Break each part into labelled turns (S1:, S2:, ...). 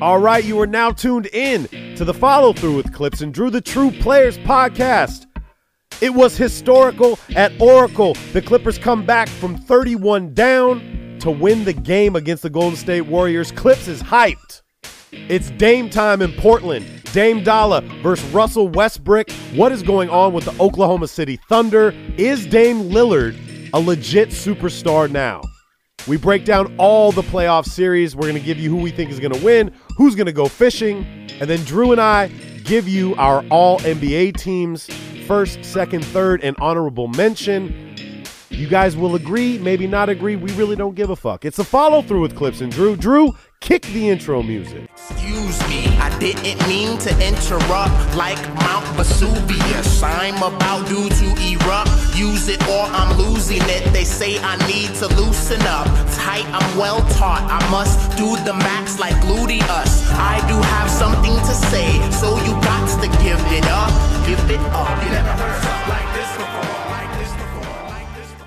S1: All right, you are now tuned in to the follow through with Clips and Drew, the True Players podcast. It was historical at Oracle. The Clippers come back from 31 down to win the game against the Golden State Warriors. Clips is hyped. It's Dame time in Portland. Dame Dalla versus Russell Westbrook. What is going on with the Oklahoma City Thunder? Is Dame Lillard a legit superstar now? We break down all the playoff series. We're going to give you who we think is going to win, who's going to go fishing, and then Drew and I give you our all NBA teams first, second, third, and honorable mention. You guys will agree, maybe not agree. We really don't give a fuck. It's a follow through with Clips and Drew. Drew, kick the intro music.
S2: Excuse me, I didn't mean to interrupt like Mount Vesuvius. I'm about due to erupt. Use it or I'm losing it. They say I need to loosen up. Tight, I'm well taught. I must do the max like gluteus. I do have something to say, so you got to give it up. Give it up. You never heard something like this before. Like this before. Like this before.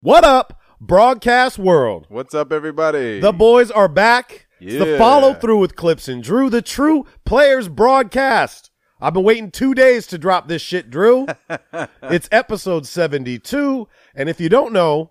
S1: What up, broadcast world?
S3: What's up, everybody?
S1: The boys are back. It's the
S3: Yeah.
S1: follow through with Clips and Drew, the true players broadcast. I've been waiting two days to drop this shit, Drew. it's episode 72. And if you don't know,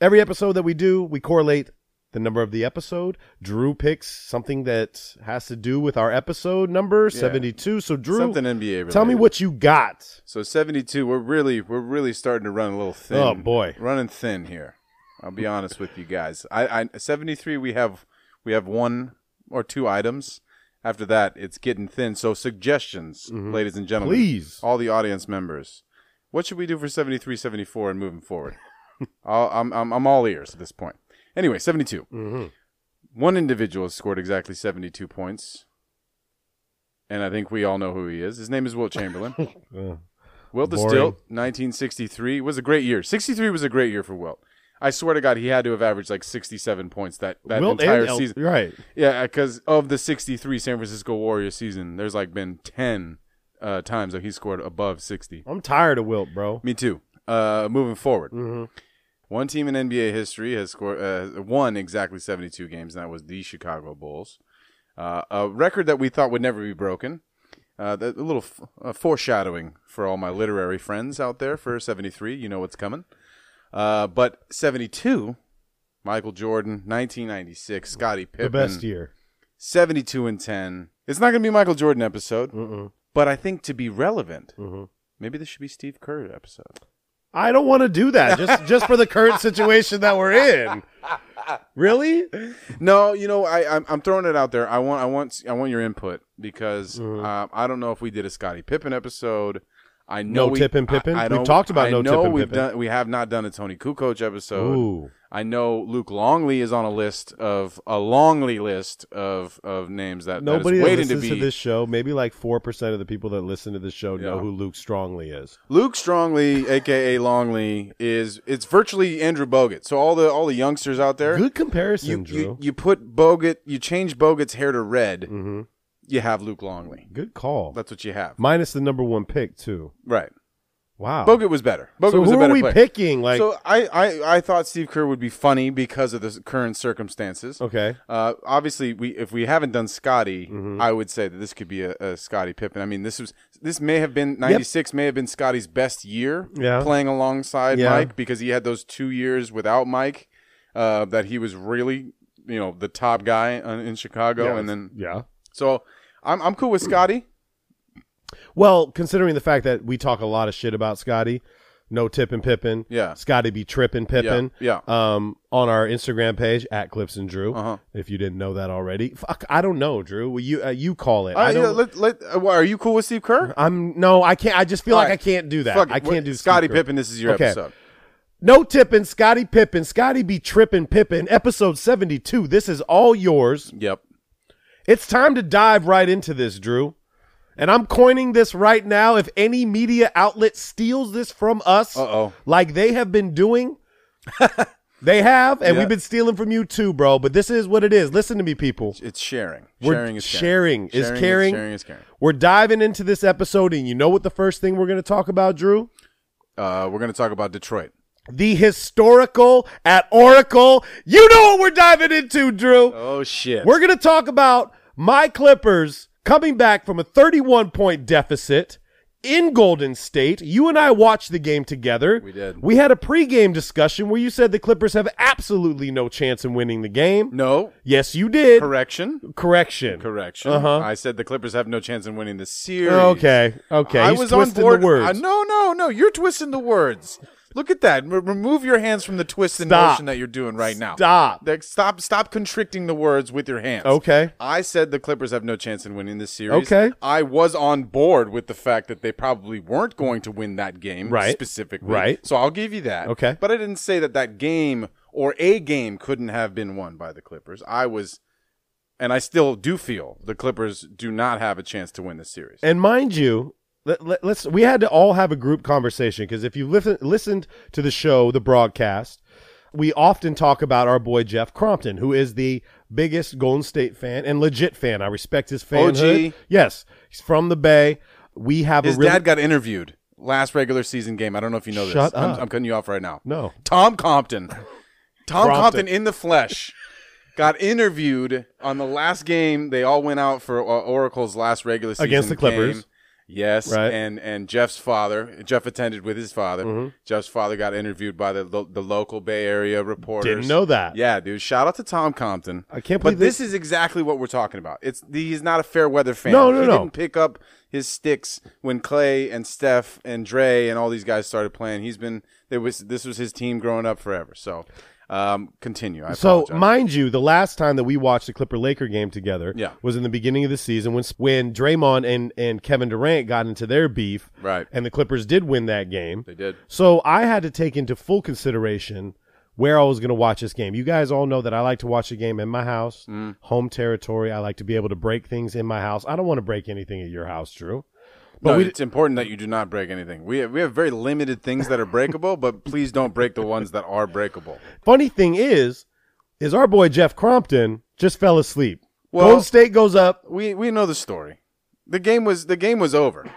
S1: every episode that we do, we correlate the number of the episode. Drew picks something that has to do with our episode number 72. So, Drew,
S3: something NBA related.
S1: tell me what you got.
S3: So seventy two. We're really we're really starting to run a little thin.
S1: Oh, boy.
S3: running thin here. I'll be honest with you guys. I, I seventy three. We have we have one or two items. After that, it's getting thin. So suggestions, ladies and gentlemen,
S1: Mm-hmm. Please.
S3: all the audience members, what should we do for 73, 74, and moving forward? I'll, I'm, I'm I'm all ears at this point. Anyway, seventy
S1: Mm-hmm.
S3: One individual has scored exactly seventy two points. And I think we all know who he is. His name is Wilt Chamberlain. Wilt the
S1: Boring.
S3: Stilt, 1963 was a great year. 63 was a great year for Wilt. I swear to God, he had to have averaged like 67 points that, that
S1: Wilt
S3: entire
S1: and El-
S3: season.
S1: Right.
S3: Yeah, because of the 63 San Francisco Warriors season, there's like been 10 uh, times that he scored above 60.
S1: I'm tired of Wilt, bro.
S3: Me too. Uh, moving forward,
S1: Mm-hmm.
S3: one team in NBA history has scored uh, won exactly 72 games, and that was the Chicago Bulls. Uh, a record that we thought would never be broken. Uh, that, a little f- uh, foreshadowing for all my literary friends out there for 73. You know what's coming. Uh, but 72, Michael Jordan, 1996, Scottie Pippen.
S1: The best year.
S3: 72 and 10. It's not going to be a Michael Jordan episode, but I think to be relevant, maybe this should be Steve Kerr episode.
S1: I don't want to do that just just for the current situation that we're in. Really?
S3: No, you know, I I'm, I'm throwing it out there. I want I want I want your input because
S1: Mm-hmm.
S3: um, I don't know if we did a Scottie Pippen episode. I know
S1: No
S3: we,
S1: Tippin'
S3: I-
S1: Pippen?
S3: I,
S1: We've
S3: don't-
S1: talked about
S3: I
S1: no
S3: know
S1: Tippin'
S3: we've
S1: Pippen.
S3: Done, we have not done a Tony Kukoc episode.
S1: Ooh.
S3: I know Luke Longley is on a list of a Longley list of of names that
S1: Nobody that
S3: that is waiting
S1: listens
S3: to
S1: to,
S3: be
S1: this show, maybe like four percent of the people that listen to this show know
S3: Yeah.
S1: who Luke Strongly is.
S3: Luke Strongly, aka Longley, is it's virtually Andrew Bogut. So all the all the youngsters out there,
S1: Good comparison,
S3: you,
S1: Drew.
S3: you you put Bogut, you change Bogut's hair to red,
S1: hmm
S3: you have Luke Longley.
S1: Good call.
S3: That's what you have,
S1: Minus the number one pick too.
S3: right?
S1: Wow.
S3: Bogut was better. Bogut
S1: so
S3: was
S1: who
S3: a better
S1: are we
S3: player.
S1: picking? Like,
S3: so I, I, I thought Steve Kerr would be funny because of the s- current circumstances.
S1: okay.
S3: Uh, obviously, we if we haven't done Scotty,
S1: Mm-hmm.
S3: I would say that this could be a, a Scotty Pippen. I mean, this was this may have been '96, may have been Scotty's best year
S1: Yeah.
S3: playing alongside
S1: Yeah.
S3: Mike because he had those two years without Mike uh, that he was really you know the top guy uh, in Chicago, and then
S1: Yeah.
S3: so I'm I'm cool with Scotty.
S1: Well, considering the fact that we talk a lot of shit about Scotty, no tip and Pippin.
S3: Yeah.
S1: Scotty be tripping Pippin.
S3: Yeah,
S1: Um, on our Instagram page at Clips and Drew.
S3: Uh-huh.
S1: If you didn't know that already, fuck, I don't know, Drew. Will you uh, you call it?
S3: I,
S1: I
S3: yeah,
S1: don't.
S3: let, let, uh, why, are you cool with Steve Kerr?
S1: I'm no, I can't. I just feel
S3: All
S1: like
S3: right.
S1: I can't do that.
S3: Fuck it.
S1: I can't
S3: Wh-
S1: do
S3: Scotty
S1: Pippin.
S3: Pippen. This is your
S1: Okay.
S3: episode.
S1: No tipping, Scotty Pippin, Scotty be tripping Pippin, episode 72. This is all yours.
S3: Yep.
S1: It's time to dive right into this, Drew. And I'm coining this right now. If any media outlet steals this from us,
S3: Uh-oh.
S1: like they have been doing, they have, and
S3: Yeah.
S1: we've been stealing from you too, bro. But this is what it is. Listen to me, people.
S3: It's sharing.
S1: We're-
S3: sharing is
S1: sharing
S3: caring.
S1: is
S3: Sharing
S1: caring.
S3: Sharing is caring.
S1: We're diving into this episode, and you know what the first thing we're going to talk about, Drew?
S3: Uh, we're going to talk about Detroit.
S1: The historical at Oracle. You know what we're diving into, Drew.
S3: Oh shit.
S1: We're going to talk about my Clippers coming back from a 31 point deficit in Golden State. You and I watched the game together.
S3: We did.
S1: We had a pregame discussion where you said the Clippers have absolutely no chance in winning the game.
S3: no
S1: Yes, you did.
S3: correction.
S1: Correction.
S3: Correction.
S1: Uh-huh.
S3: I said the Clippers have no chance in winning this series.
S1: Okay. Okay.
S3: I
S1: He's
S3: was on
S1: twisting
S3: board.
S1: the words.
S3: I- no, no, no. You're twisting the words. Look at that. Re- remove your hands from the twist and
S1: Stop.
S3: motion that you're doing right now.
S1: Stop.
S3: Like, Stop. Stop constricting the words with your hands.
S1: Okay.
S3: I said the Clippers have no chance in winning this series.
S1: Okay.
S3: I was on board with the fact that they probably weren't going to win that game
S1: Right.
S3: specifically.
S1: Right.
S3: So I'll give you that.
S1: Okay.
S3: But I didn't say that that game or a game couldn't have been won by the Clippers. I was, and I still do feel the Clippers do not have a chance to win this series.
S1: And mind you, let, let, us we had to all have a group conversation because if you listen, listened to the show, the broadcast, we often talk about our boy Jeff Crompton, who is the biggest Golden State fan and legit fan. I respect his fanhood.
S3: OG.
S1: Yes, he's from the Bay. We have
S3: His
S1: a really,
S3: dad got interviewed last regular season game. I don't know if you know
S1: Shut
S3: this. I'm-
S1: up.
S3: I'm, cutting you off right now.
S1: no.
S3: Tom Compton. Tom
S1: Crompton.
S3: Compton in the flesh got interviewed on the last game. They all went out for uh, Oracle's last regular season
S1: Against the Clippers.
S3: game. Yes,
S1: Right. Mm-hmm.
S3: and and Jeff's father, Jeff attended with his father. Jeff's father got interviewed by the lo- the local Bay Area reporters.
S1: Didn't know that.
S3: Yeah, dude. Shout out to Tom Compton.
S1: I can't believe
S3: But this is exactly what we're talking about. It's he's not a fair weather fan.
S1: No, no,
S3: he
S1: no.
S3: Didn't pick up his sticks when Clay and Steph and Dre and all these guys started playing. He's been there was this was his team growing up forever. So, um, continue. I
S1: So,
S3: apologize.
S1: mind you, the last time that we watched the Clipper Laker game together
S3: Yeah.
S1: was in the beginning of the season when when Draymond and, and Kevin Durant got into their beef.
S3: Right.
S1: And the Clippers did win that game.
S3: they did.
S1: So I had to take into full consideration where I was going to watch this game. You guys all know that I like to watch a game in my house,
S3: Mm.
S1: home territory. I like to be able to break things in my house. I don't want to break anything at your house, Drew. But
S3: no,
S1: we
S3: it's important that you do not break anything. We have, we have very limited things that are breakable, but please don't break the ones that are breakable.
S1: funny thing is, is our boy Jeff Crompton just fell asleep.
S3: Well-
S1: Golden State goes up.
S3: We we know the story. The game was the game was over.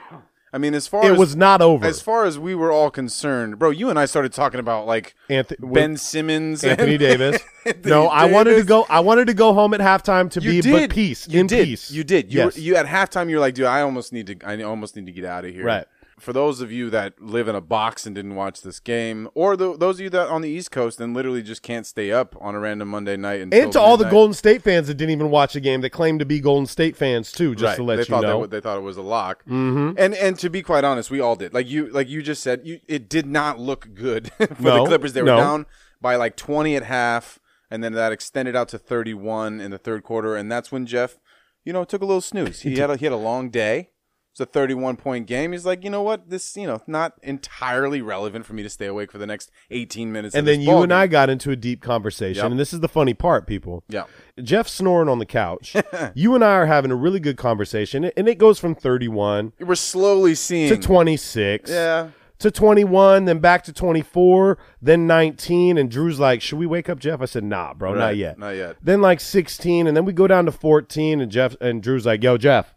S3: I mean, as far
S1: It
S3: as
S1: was not over.
S3: As far as we were all concerned, bro, you and I started talking about like
S1: Anthony
S3: Ben Simmons,
S1: Anthony
S3: and,
S1: Davis.
S3: Anthony
S1: no, I wanted to
S3: Davis.
S1: go. I wanted to go home at halftime to
S3: You
S1: be but
S3: did.
S1: peace
S3: You
S1: in
S3: did.
S1: peace.
S3: You did. You,
S1: yes.
S3: were, you at halftime. You're like, dude, I almost need to. I almost need to get out of here.
S1: Right.
S3: For those of you that live in a box and didn't watch this game, or tho- those of you that on the East Coast and literally just can't stay up on a random Monday night, until
S1: And to all the
S3: midnight.
S1: Golden State fans that didn't even watch a game that claimed to be Golden State fans too, just
S3: Right.
S1: to let
S3: they
S1: you
S3: thought
S1: know.
S3: That, they thought it was a lock. Mm-hmm. And and to be quite honest, we all did. Like you like you just said, you, it did not look good for
S1: No,
S3: the Clippers. They were
S1: no.
S3: down by like twenty at half, and then that extended out to thirty one in the third quarter, and that's when Jeff, you know, took a little snooze. He had a, he had a long day. It's a thirty-one point game. He's like, you know what? This, you know, not entirely relevant for me to stay awake for the next eighteen minutes. of
S1: and then
S3: this
S1: you
S3: ball
S1: and I
S3: game."
S1: got into a deep conversation,
S3: Yep.
S1: and this is the funny part, people.
S3: yeah,
S1: Jeff snoring on the couch. you and I are having a really good conversation, and it goes from thirty-one
S3: we're slowly seeing.
S1: to twenty-six.
S3: yeah,
S1: to 21, then back to 24, then 19. And Drew's like, Should we wake up Jeff? I said, Nah, bro, Oh, not
S3: Right,
S1: yet.
S3: not yet.
S1: Then like 16, and then we go down to 14. And Jeff and Drew's like, Yo, Jeff,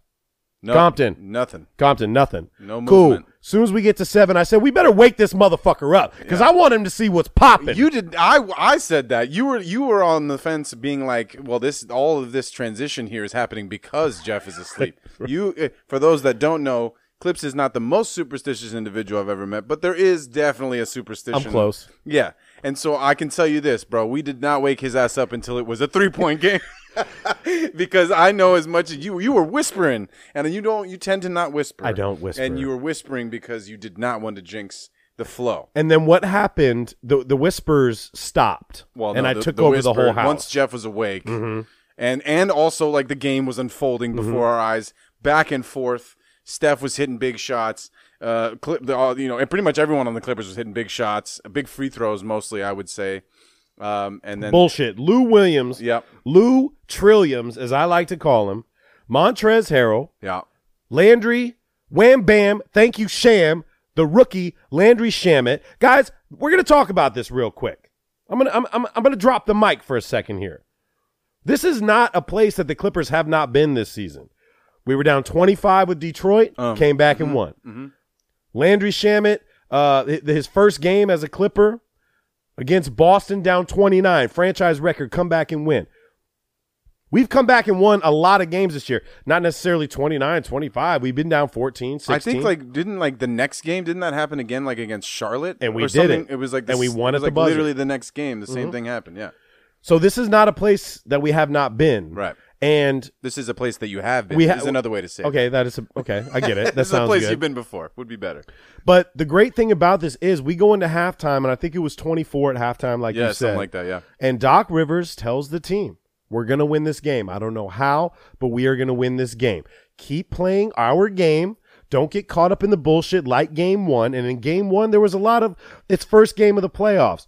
S3: no,
S1: Compton.
S3: nothing.
S1: Compton, nothing.
S3: No
S1: Cool.
S3: movement.
S1: Soon as we get to seven, I said we better wake this motherfucker up because I want him to see what's popping.
S3: You did. I I said that you were you were on the fence, being like, "Well, this all of this transition here is happening because Jeff is asleep." You, eh, for those that don't know, Clips is not the most superstitious individual I've ever met, but there is definitely a superstition.
S1: I'm close.
S3: Yeah, and so I can tell you this, bro. We did not wake his ass up until it was a three point game. because I know as much as you. You were whispering, and you don't. You tend to not whisper.
S1: I don't whisper.
S3: And you were whispering because you did not want to jinx the flow.
S1: and then what happened? The the whispers stopped,
S3: Well,
S1: and
S3: no,
S1: I
S3: the-
S1: took
S3: the
S1: over the
S3: whisper-
S1: whole house. Mm-hmm.
S3: once Jeff was awake, and and also like the game was unfolding before our eyes, back and forth. Steph was hitting big shots. Uh, clip the all you know, and pretty much everyone on the Clippers was hitting big shots, big free throws mostly, I would say. Um, and then
S1: Bullshit. Lou Williams,
S3: Yep.
S1: Lou Trilliums, as I like to call him, Montrez Harrell,
S3: yeah,
S1: Landry, Wham Bam, thank you, Sham, the rookie, Landry Shamit. Guys, we're gonna talk about this real quick. I'm gonna I'm, I'm, I'm gonna drop the mic for a second here. This is not a place that the Clippers have not been this season. We were down 25 with Detroit,
S3: Um,
S1: came back
S3: mm-hmm,
S1: and won. Landry Shamit, uh, hi- his first game as a Clipper against Boston, down 29, franchise record, come back and win. We've come back and won a lot of games this year. Not necessarily 29, 25. We've been down 14, 16.
S3: I think like didn't like the next game didn't that happen again like against Charlotte
S1: And we
S3: or
S1: did
S3: something?
S1: it.
S3: It was like
S1: And we
S3: s-
S1: won
S3: it
S1: at
S3: was,
S1: the
S3: like,
S1: buzzer. Mm-hmm.
S3: Literally the next game, the same thing happened. Yeah,
S1: so this is not a place that we have not been.
S3: Right.
S1: And
S3: this is a place that you have been.
S1: We
S3: We
S1: ha-
S3: is another way to say. it.
S1: okay, that is a, okay. I get it. That
S3: this is a
S1: sounds
S3: place
S1: good.
S3: you've been before. Would be better.
S1: But the great thing about this is we go into halftime, and I think it was 24 at halftime, like you
S3: Yeah,
S1: said.
S3: something like that. Yeah.
S1: And Doc Rivers tells the team, we're going to win this game. I don't know how, but we are going to win this game. Keep playing our game. Don't get caught up in the bullshit like game one. And in game one, there was a lot of its first game of the playoffs.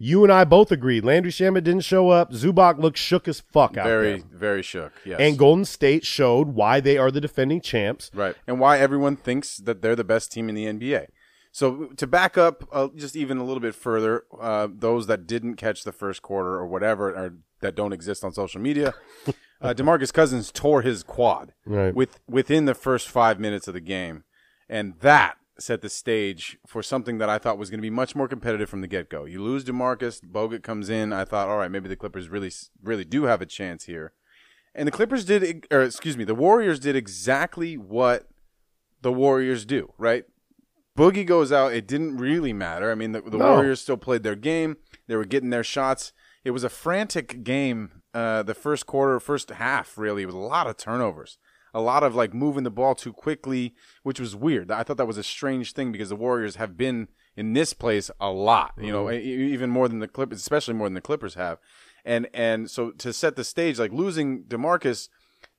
S1: You and I both agreed. Landry Shamit didn't show up. Zubac looked shook as fuck out
S3: very
S1: there.
S3: very shook yes
S1: And Golden State showed why they are the defending champs.
S3: right and why everyone thinks that they're the best team in the nba so to back up uh, just even a little bit further uh, those that didn't catch the first quarter or whatever or that don't exist on social media uh, demarcus cousins tore his quad
S1: Right.
S3: with within the first five minutes of the game and that set the stage for something that i thought was going to be much more competitive from the get-go you lose demarcus bogut comes in i thought all right maybe the clippers really really do have a chance here and the Clippers did, or excuse me, the Warriors did exactly what the Warriors do, right? Boogie goes out. It didn't really matter. I mean, the, the
S1: No.
S3: Warriors still played their game. They were getting their shots. It was a frantic game. Uh, the first quarter, first half, really, it was a lot of turnovers, a lot of like moving the ball too quickly, which was weird. I thought that was a strange thing because the Warriors have been in this place a lot, you know, e- e- even more than the Clippers, especially more than the Clippers have. And and so to set the stage, like losing Demarcus,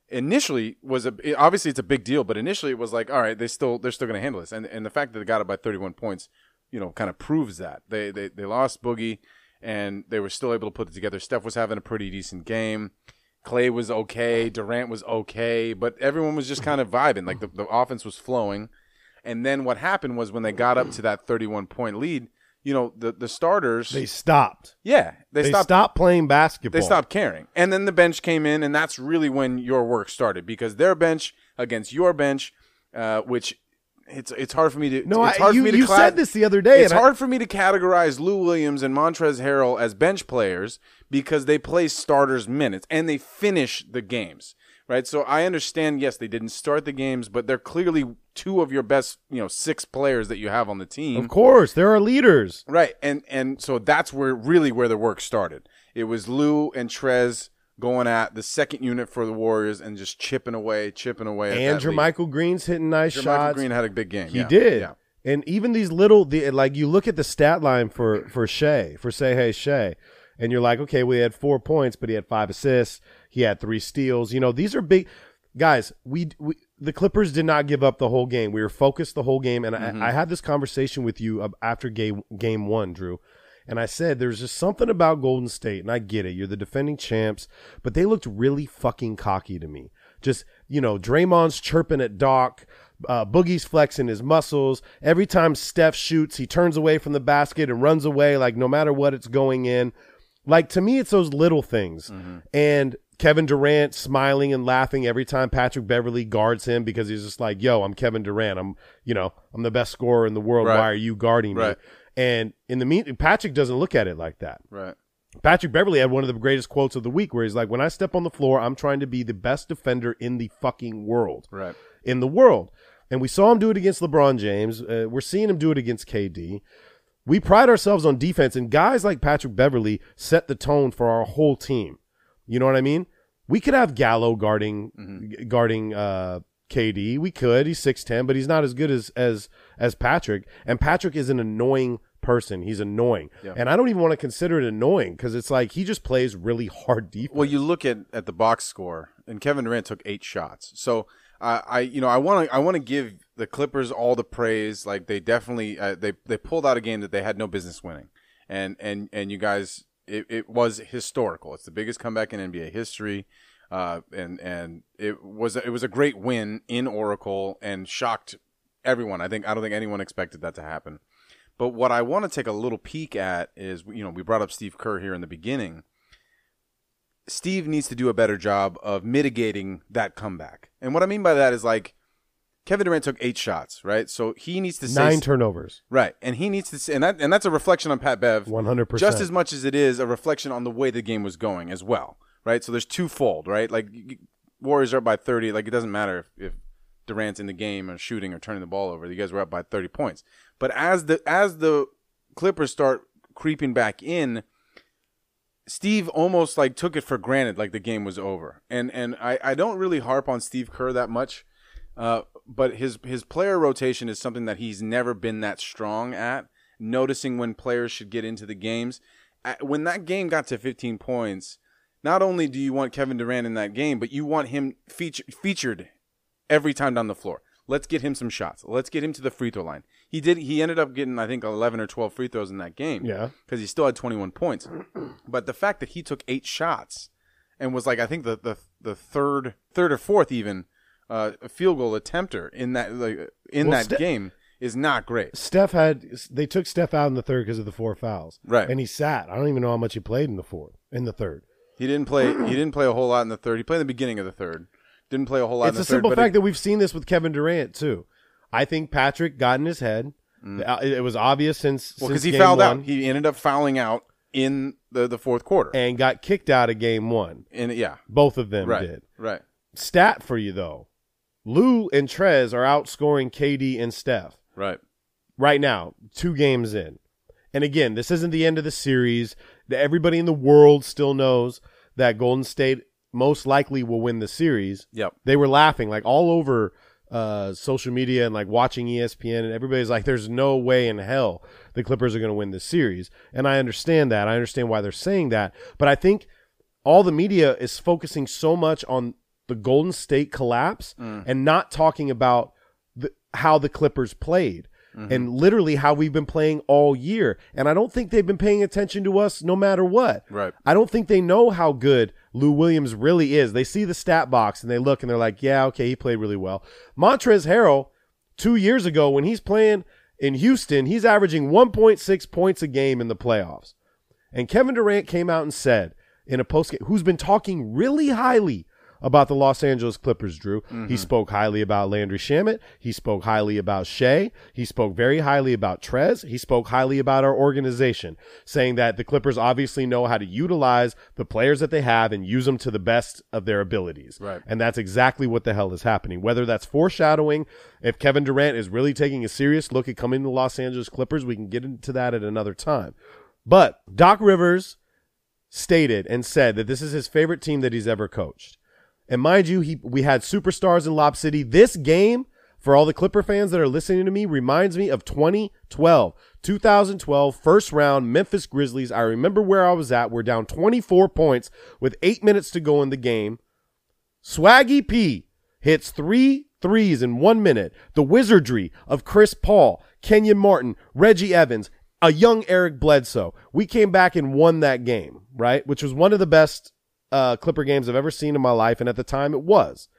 S3: initially was a it- obviously it's a big deal, but initially it was like, all right, they still they're still going to handle this, and and the fact that they got it by 31 points, you know, kind of proves that they they they lost Boogie, and they were still able to put it together. Steph was having a pretty decent game. Clay was okay, Durant was okay, but everyone was just kind of vibing. Like the, the offense was flowing. And then what happened was when they got up to that 31 point lead, you know, the, the starters,
S1: They stopped.
S3: yeah,
S1: They,
S3: stopped
S1: stopped, playing basketball.
S3: they stopped caring. And then the bench came in, and that's really when your work started because their bench against your bench, uh, which it's it's hard for me to
S1: No,
S3: it's
S1: I-
S3: hard
S1: you-
S3: for me to
S1: you
S3: cla-
S1: said this the other day,
S3: It's
S1: and I-
S3: hard for me to categorize Lou Williams and Montrez Harrell as bench players because they play starters minutes and they finish the games. Right, so I understand. Yes, they didn't start the games, but they're clearly two of your best, you know, six players that you have on the team.
S1: Of course, there are leaders.
S3: Right, and and so that's where really where the work started. It was Lou and Trez going at the second unit for the Warriors and just chipping away, chipping away. at
S1: And
S3: that lead.
S1: Jermichael Green's hitting nice
S3: Jermichael
S1: shots.
S3: Green had a big game.
S1: He
S3: yeah,
S1: did.
S3: Yeah.
S1: And even these little, the, like you look at the stat line for for Shea, for say hey Shea, and you're like, okay, we had four points, but he had five assists, he had three steals. You know, these are big guys. We, we the Clippers did not give up the whole game. We were focused the whole game, and
S3: Mm-hmm.
S1: I, I had this conversation with you ab- after game game one, Drew. And I said, there's just something about Golden State, and I get it. You're the defending champs, but they looked really fucking cocky to me. Just, you know, Draymond's chirping at Doc, uh, Boogie's flexing his muscles. Every time Steph shoots, he turns away from the basket and runs away, like no matter what, it's going in. Like to me, it's those little things. And Kevin Durant smiling and laughing every time Patrick Beverly guards him because he's just like, "Yo, I'm Kevin Durant. I'm, you know, I'm the best scorer in the world.
S3: Right.
S1: Why are you guarding
S3: Right.
S1: me?" And in the mean, Patrick doesn't look at it like that.
S3: Right.
S1: Patrick Beverly had one of the greatest quotes of the week where he's like, When I step on the floor, I'm trying to be the best defender in the fucking world.
S3: Right.
S1: In the world. And we saw him do it against LeBron James. Uh, we're seeing him do it against KD. We pride ourselves on defense, and guys like Patrick Beverly set the tone for our whole team. You know what I mean? We could have Gallo guarding
S3: Mm-hmm.
S1: g- guarding uh, KD. We could. He's six ten, but he's not as good as as as Patrick. And Patrick is an annoying person. He's annoying, and I don't even want to consider it annoying because it's like he just plays really hard defense.
S3: Well, you look at, at the box score, and Kevin Durant took eight shots. So uh, I, you know, I want to I want to give the Clippers all the praise. Like they definitely uh, they they pulled out a game that they had no business winning, and and and you guys, it, it was historical. It's the biggest comeback in NBA history. Uh, and and it was it was a great win in Oracle and shocked everyone. I think I don't think anyone expected that to happen. But what I want to take a little peek at is you know we brought up Steve Kerr here in the beginning. Steve needs to do a better job of mitigating that comeback. And what I mean by that is like Kevin Durant took eight shots, right? So he needs to say
S1: Nine turnovers,
S3: right, and he needs to say, and that and that's a reflection on Pat Bev,
S1: one hundred percent.
S3: just as much as it is a reflection on the way the game was going as well, right? So there's twofold, right? Like you- you- Warriors are up by 30. Like it doesn't matter if, if Durant's in the game or shooting or turning the ball over. You guys were up by 30 points. But as the as the Clippers start creeping back in, Steve almost like took it for granted like the game was over. And and I, I don't really harp on Steve Kerr that much. Uh, but his his player rotation is something that he's never been that strong at. Noticing when players should get into the games. Uh, When that game got to 15 points, not only do you want Kevin Durant in that game, but you want him feature, featured every time down the floor. Let's get him some shots. Let's get him to the free throw line. He did. He ended up getting, I think, 11 or 12 free throws in that game.
S1: Yeah.
S3: because he still had 21 points. but the fact that he took eight shots and was like, I think the the, the third third or fourth even uh, field goal attempter in that like, in
S1: Well,
S3: that
S1: Ste-
S3: game is not great.
S1: Steph had they took Steph out in the third because of the four fouls,
S3: Right.
S1: And he sat. I don't even know how much he played in the fourth, in the third.
S3: He didn't play. he didn't play a whole lot in the third. He played in the beginning of the third. Didn't play a whole lot.
S1: it's
S3: in the
S1: a simple
S3: third,
S1: fact
S3: but
S1: that we've seen this with Kevin Durant too. I think Patrick got in his head. Uh, It it was obvious since
S3: Mm.
S1: since
S3: Well, because he
S1: game
S3: fouled
S1: one
S3: out. He ended up fouling out in the, the fourth quarter. And,
S1: and got kicked out of game one.
S3: yeah,
S1: Both of them
S3: right,
S1: did.
S3: right.
S1: Stat for you though, Lou and Trez are outscoring KD and Steph.
S3: Right.
S1: right now, two games in. And again, this isn't the end of the series. The- Everybody in the world still knows that Golden State most likely will win the series.
S3: Yep.
S1: They were laughing like all over uh, social media and like watching E ESPN, and everybody's like, "There's no way in hell the Clippers are going to win this series." And I understand that. I understand why they're saying that. But I think all the media is focusing so much on the Golden State collapse and not talking about the, how the Clippers played and literally how we've been playing all year. And I don't think they've been paying attention to us no matter what.
S3: Right.
S1: I don't think they know how good Lou Williams really is. They see the stat box and they look and they're like, yeah, okay, he played really well. Montrez Harrell, two years ago, when he's playing in Houston, he's averaging 1.6 points a game in the playoffs. And Kevin Durant came out and said in a post who's been talking really highly about the Los Angeles Clippers, Drew. He spoke highly about Landry Shamit. He spoke highly about Shea. He spoke very highly about Trez. He spoke highly about our organization, saying that the Clippers obviously know how to utilize the players that they have and use them to the best of their abilities.
S3: Right.
S1: And that's exactly what the hell is happening. Whether that's foreshadowing, if Kevin Durant is really taking a serious look at coming to Los Angeles Clippers, we can get into that at another time. But Doc Rivers stated and said that this is his favorite team that he's ever coached. And mind you, he we had superstars in Lob City. This game, for all the Clipper fans that are listening to me, reminds me of 2012. 2012 first round Memphis Grizzlies. I remember where I was at. We're down 24 points with 8 minutes to go in the game. Swaggy P hits three threes in one minute. The wizardry of Chris Paul, Kenyon Martin, Reggie Evans, a young Eric Bledsoe. We came back and won that game, right? Which was one of the best uh, Clipper games I've ever seen in my life. And at the time, it was.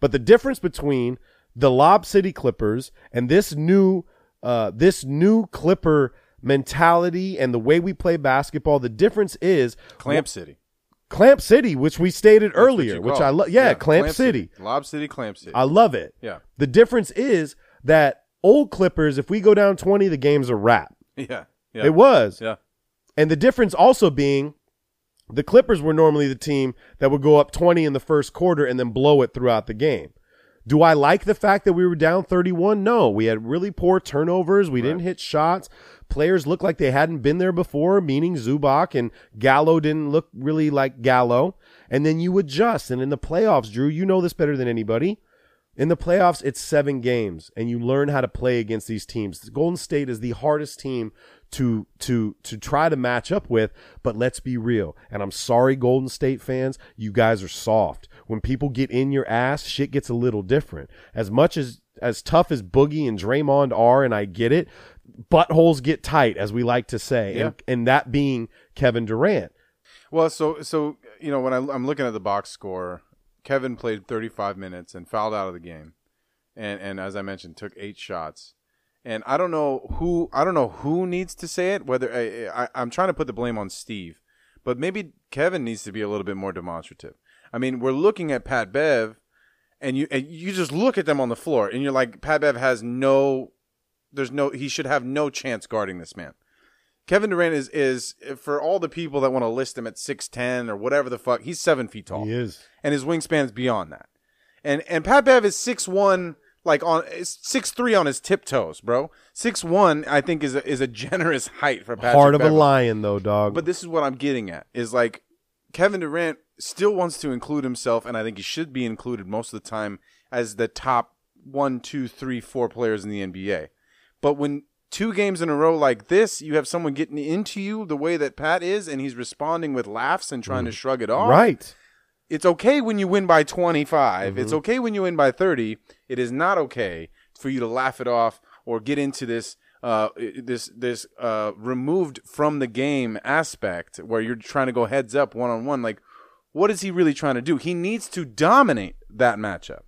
S1: But the difference between the Lob City Clippers and this new uh, this new Clipper mentality and the way we play basketball, the difference is
S3: Clamp City.
S1: Clamp City, which we stated
S3: That's what
S1: earlier,
S3: you
S1: which
S3: call
S1: I
S3: it.
S1: love. Yeah, Clamp, City.
S3: Lob City, Clamp City.
S1: I love it.
S3: yeah,
S1: The difference is that old Clippers, if we go down 20, the game's a wrap.
S3: yeah, yeah.
S1: It was.
S3: yeah.
S1: And the difference also being the Clippers were normally the team that would go up 20 in the first quarter and then blow it throughout the game. Do I like the fact that we were down 31? No. We had really poor turnovers. We didn't hit shots. Players looked like they hadn't been there before, meaning Zubac and Gallo didn't look really like Gallo. And then you adjust. And in the playoffs, Drew, you know this better than anybody. In the playoffs, it's seven games, and you learn how to play against these teams. Golden State is the hardest team to to to try to match up with. But let's be real, and I'm sorry, Golden State fans, you guys are soft. When people get in your ass, shit gets a little different. As much as as tough as Boogie and Draymond are, and I get it, buttholes get tight, as we like to say, and, and that being Kevin Durant.
S3: Well, so so you know when I, I'm looking at the box score, Kevin played 35 minutes and fouled out of the game, and and as I mentioned, took eight shots. And I don't know who I don't know who needs to say it. Whether I, I I'm trying to put the blame on Steve, but maybe Kevin needs to be a little bit more demonstrative. I mean, we're looking at Pat Bev, and you and you just look at them on the floor, and you're like, Pat Bev has no, there's no, he should have no chance guarding this man. Kevin Durant is is for all the people that want to list him at six ten or whatever the fuck, he's seven feet tall,
S1: is.
S3: and his wingspan's beyond that. And and Pat Bev is six one, like on six three on his tiptoes, bro. Six one, I think is a, is a generous height for Patrick
S1: Heart of a
S3: Beverley.
S1: lion, though, dog.
S3: But this is what I'm getting at is like Kevin Durant still wants to include himself, and I think he should be included most of the time as the top one, two, three, four players in the NBA. But when two games in a row like this, you have someone getting into you the way that Pat is, and he's responding with laughs and trying to shrug it off.
S1: right.
S3: It's okay when you win by 25. It's okay when you win by 30. It is not okay for you to laugh it off or get into this uh, this this uh, removed from the game aspect where you're trying to go heads up one on one. Like, what is he really trying to do? He needs to dominate that matchup,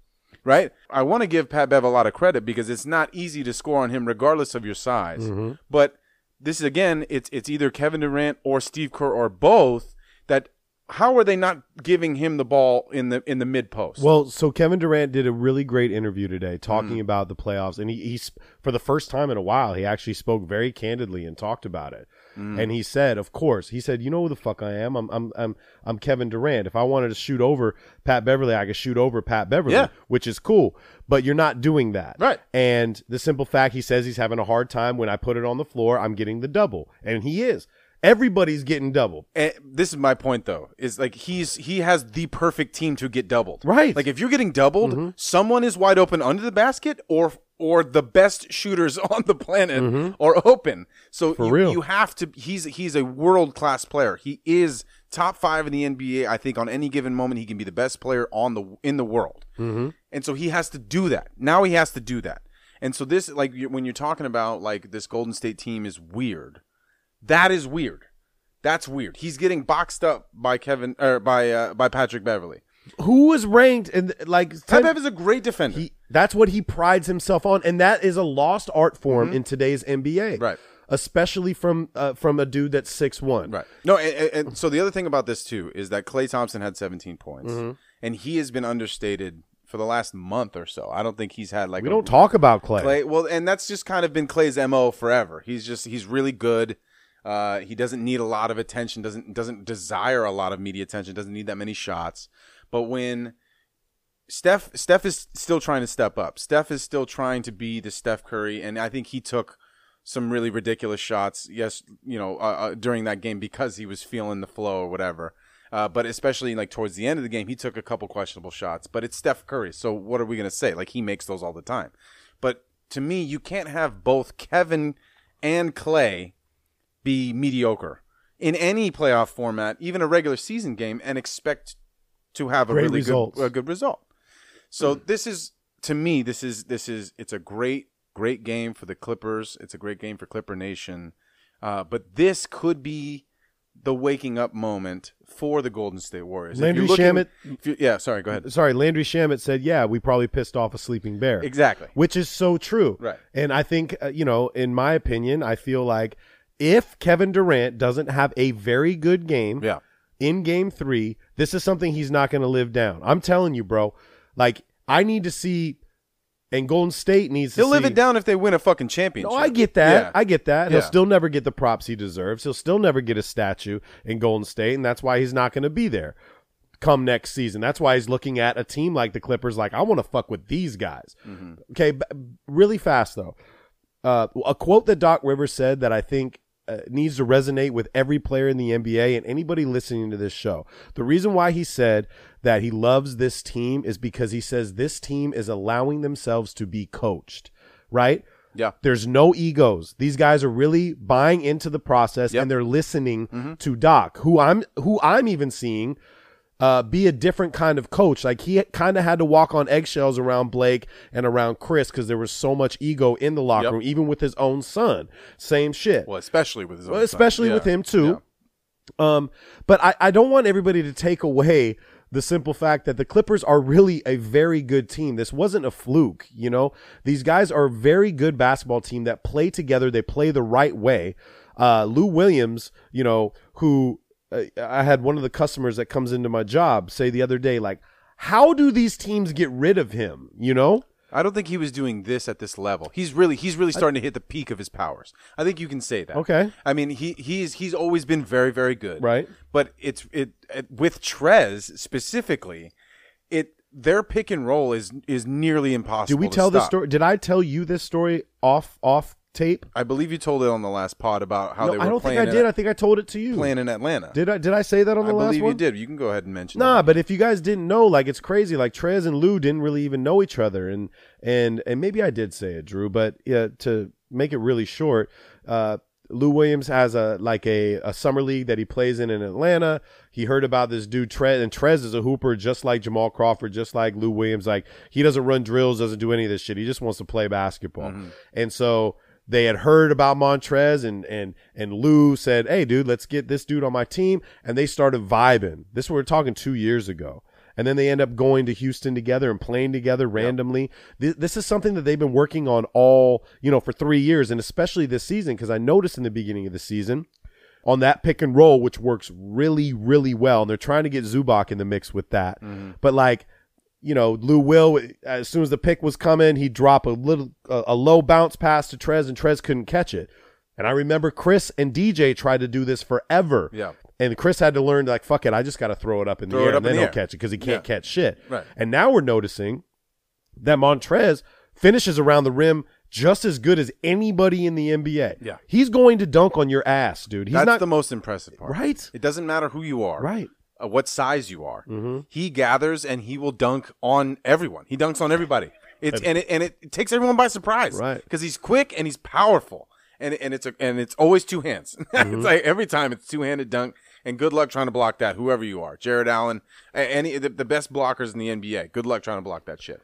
S3: right? I want to give Pat Bev a lot of credit because it's not easy to score on him regardless of your size,
S1: Mm-hmm.
S3: but this is again, it's it's either Kevin Durant or Steve Kerr or both. That how are they not giving him the ball in the in the mid post?
S1: Well, so Kevin Durant did a really great interview today talking
S3: Mm.
S1: about the playoffs, and he, he sp- for the first time in a while he actually spoke very candidly and talked about it.
S3: Mm.
S1: And he said, "Of course," he said, "You know who the fuck I am? I'm I'm I'm I'm Kevin Durant. If I wanted to shoot over Pat Beverly, I could shoot over Pat Beverly,
S3: Yeah.
S1: which is cool. But you're not doing that,
S3: Right.
S1: And the simple fact he says he's having a hard time when I put it on the floor, I'm getting the double, and he is. Everybody's getting double.
S3: and this is my point though is like he's he has the perfect team to get doubled
S1: Right. Mm-hmm.
S3: like if you're getting doubled someone is wide open under the basket or or the best shooters on the planet
S1: Mm-hmm.
S3: are open so you,
S1: real.
S3: you have to he's he's a world-class player he is top five in the nba i think on any given moment he can be the best player on the in the world
S1: Mm-hmm.
S3: and so he has to do that now he has to do that and so this like you- when you're talking about like this golden state team is weird that is weird that's weird. He's getting boxed up by Kevin or by uh, by Patrick Beverly.
S1: Who was ranked and like
S3: Pat
S1: 10
S3: Bev is a great defender.
S1: He that's what he prides himself on, and that is a lost art form in today's NBA,
S3: Mm-hmm. Right.
S1: Especially from uh, from a dude that's six one,
S3: right. No, and, and, and so the other thing about this too is that Clay Thompson had 17 points,
S1: Mm-hmm.
S3: and he has been understated for the last month or so. I don't think he's had like
S1: We
S3: a-
S1: don't talk about Clay.
S3: Clay. Well, and that's just kind of been Clay's mo forever. He's just he's really good. Uh, he doesn't need a lot of attention. Doesn't doesn't desire a lot of media attention. Doesn't need that many shots. But when Steph Steph is still trying to step up. Steph is still trying to be the Steph Curry, and I think he took some really ridiculous shots. Yes, you know, uh, uh, during that game because he was feeling the flow or whatever. Uh, but especially like towards the end of the game, he took a couple questionable shots. But it's Steph Curry, so what are we gonna say? Like he makes those all the time. But to me, you can't have both Kevin and Clay be mediocre in any playoff format, even a regular season game, and expect to have a
S1: Great
S3: really
S1: results.
S3: good a good result. So this is to me, this is this is it's a great great game for the Clippers. It's a great game for Clipper Nation. Uh, but this could be the waking up moment for the Golden State Warriors. If
S1: Landry
S3: you're looking-
S1: Shamet-
S3: if you- yeah, sorry, go ahead.
S1: Sorry, Landry Shamit said, "Yeah, we probably pissed off a sleeping bear."
S3: Exactly.
S1: which is so true.
S3: Right.
S1: And I think, uh, you know, in my opinion, I feel like if Kevin Durant doesn't have a very good game,
S3: Yeah.
S1: in game three. This is something he's not going to live down. I'm telling you, bro. Like, I need to see, and Golden State needs to
S3: He'll live
S1: see-
S3: it down if they win a fucking championship.
S1: No, I get that.
S3: Yeah.
S1: I get that. He'll
S3: Yeah.
S1: still never get the props he deserves. He'll still never get a statue in Golden State, and that's why he's not going to be there come next season. That's why he's looking at a team like the Clippers, like, I want to fuck with these guys.
S3: Mm-hmm.
S1: Okay, b- really fast, though. Uh, a quote that Doc Rivers said that I think uh, needs to resonate with every player in the NBA and anybody listening to this show. The reason why he said that he loves this team is because he says this team is allowing themselves to be coached, right?
S3: yeah.
S1: There's no egos. These guys are really buying into the process
S3: Yep. Mm-hmm.
S1: and they're listening to Doc, who I'm who I'm even seeing uh, be a different kind of coach. Like he kind of had to walk on eggshells around Blake and around Chris because there was so much ego in the locker
S3: Yep.
S1: room, even with his own son. Same shit.
S3: Well, especially with his own
S1: Well,
S3: son.
S1: especially
S3: Yeah.
S1: with him too. Um, but I, I don't want everybody to take away the simple fact that the Clippers are really a very good team. This wasn't a fluke, you know. These guys are a very good basketball team that play together. They play the right way. Uh, Lou Williams, you know, who uh, I had one of the customers that comes into my job say the other day, like, how do these teams get rid of him? You know,
S3: I don't think he was doing this at this level. He's really he's really starting to hit the peak of his powers. I think you can say that.
S1: Okay.
S3: I mean, he he's he's always been very very good.
S1: Right.
S3: But it's it, it with Trez specifically, it their pick and roll is is nearly impossible.
S1: did we
S3: to
S1: tell this
S3: stop.
S1: story? Did I tell you this story off off tape?
S3: I believe you told it on the last pod about how
S1: No,
S3: they were
S1: I don't think
S3: playing
S1: I
S3: in-
S1: did. I think I told it to you.
S3: playing in Atlanta.
S1: Did I did I say that on
S3: I
S1: the last
S3: believe
S1: one?
S3: you did. You can go ahead and mention
S1: Nah,
S3: that.
S1: but if you guys didn't know, like it's crazy. Like Trez and Lou didn't really even know each other, and and and maybe I did say it, Drew. But yeah, to make it really short, uh, Lou Williams has a like a, a summer league that he plays in in Atlanta. He heard about this dude Trez, and Trez is a hooper just like Jamal Crawford, just like Lou Williams. Like he doesn't run drills, doesn't do any of this shit. He just wants to play basketball,
S3: Mm-hmm.
S1: and so. They had heard about Montrez and and and Lou said, "Hey, dude, let's get this dude on my team." And they started vibing. This we're talking two years ago, and then they end up going to Houston together and playing together randomly. Th- This is something that they've been working on all you know for three years, and especially this season because I noticed in the beginning of the season on that pick and roll, which works really, really well. And they're trying to get Zubac in the mix with that.
S3: Mm-hmm.
S1: But like, you know, Lou Will, as soon as the pick was coming, he'd drop a little, a, a low bounce pass to Trez, and Trez couldn't catch it. And I remember Chris and DJ tried to do this forever.
S3: Yeah.
S1: And Chris had to learn, like, fuck it, I just got to throw it up in
S3: Throw
S1: the
S3: it
S1: air
S3: up
S1: and then
S3: in the
S1: he'll
S3: air.
S1: catch it because he can't
S3: Yeah.
S1: catch shit.
S3: Right.
S1: And now we're noticing that Montrez finishes around the rim just as good as anybody in the NBA.
S3: Yeah.
S1: He's going to dunk on your ass, dude. He's
S3: That's
S1: not
S3: the most impressive part.
S1: Right.
S3: It doesn't matter who you are.
S1: Right.
S3: Uh, what size you are. He gathers and he will dunk on everyone. He dunks on everybody. It's and it and it takes everyone by surprise.
S1: Right.
S3: Because he's quick and he's powerful. And and it's a, and it's always two hands. it's like every time it's two handed dunk. And good luck trying to block that, whoever you are, Jared Allen, a- any the, the best blockers in the NBA. Good luck trying to block that shit.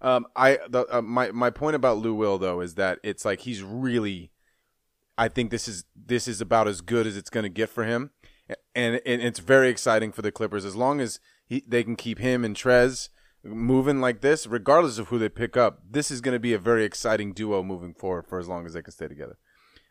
S3: Um, I the, uh, my my point about Lou Will though is that it's like he's really I think this is this is about as good as it's going to get for him, and, and it's very exciting for the Clippers as long as he, they can keep him and Trez moving like this, regardless of who they pick up. This is going to be a very exciting duo moving forward for as long as they can stay together.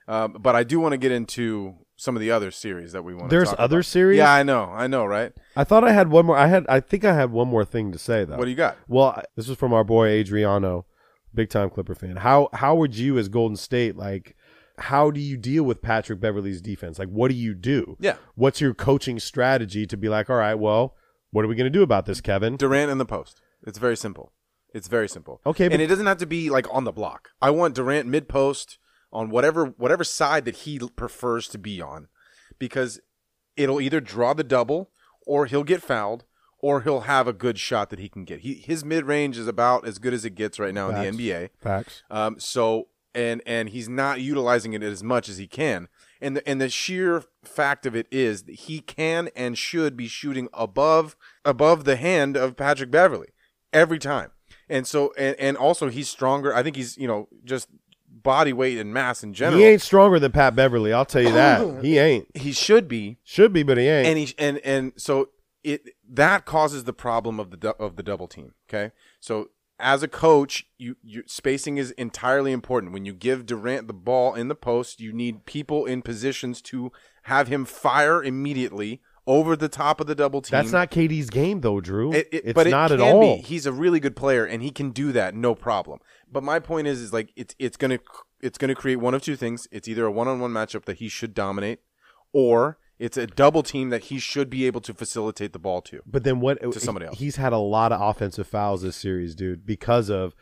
S3: Um, but I do want to get into some of the other series that we want.
S1: There's
S3: to talk
S1: other
S3: about.
S1: series?
S3: Yeah, I know, I know, right?
S1: I thought I had one more. I had. I think I had one more thing to say though.
S3: What do you got?
S1: Well, I- this was from our boy Adriano, big time Clipper fan. How how would you as Golden State like? How do you deal with Patrick Beverly's defense? Like, what do you do?
S3: Yeah.
S1: What's your coaching strategy to be like? All right, well, what are we going to do about this, Kevin?
S3: Durant in the post. It's very simple. It's very simple.
S1: Okay, but-
S3: and it doesn't have to be like on the block. I want Durant mid post on whatever whatever side that he l- prefers to be on, because it'll either draw the double or he'll get fouled or he'll have a good shot that he can get. He, his mid range is about as good as it gets right now
S1: Facts.
S3: in the NBA.
S1: Facts.
S3: Um, so and and he's not utilizing it as much as he can. And the and the sheer fact of it is that he can and should be shooting above above the hand of Patrick Beverly every time. And so and, and also he's stronger. I think he's you know just body weight and mass in general.
S1: He ain't stronger than Pat Beverly. I'll tell you that. he ain't.
S3: He should be.
S1: Should be, but he ain't.
S3: And he and and so it that causes the problem of the dou- of the double team. Okay, so as a coach, you, you spacing is entirely important. When you give Durant the ball in the post, you need people in positions to have him fire immediately over the top of the double team.
S1: That's not KD's game though, Drew.
S3: It, it-
S1: it's
S3: but it
S1: not at
S3: can
S1: all.
S3: Be. He's a really good player, and he can do that, no problem. But my point is, is like it's it's gonna it's gonna create one of two things. It's either a one on one matchup that he should dominate, or it's a double team that he should be able to facilitate the ball to.
S1: but then what?
S3: to somebody else.
S1: He's had a lot of offensive fouls this series, dude, because of.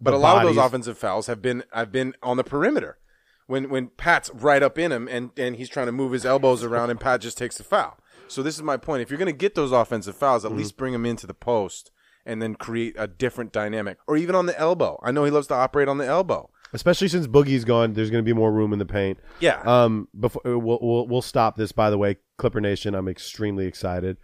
S3: But
S1: the
S3: a lot of those
S1: bodies-
S3: offensive fouls have been have been on the perimeter. When when Pat's right up in him and and he's trying to move his elbows around and Pat just takes the foul. So this is my point. If you're going to get those offensive fouls, at
S1: Mm-hmm.
S3: least bring them into the post and then create a different dynamic or even on the elbow. I know he loves to operate on the elbow.
S1: especially since Boogie's gone, there's going to be more room in the paint.
S3: Yeah.
S1: Um. Before we'll we'll, we'll stop this. By the way, Clipper Nation, I'm extremely excited.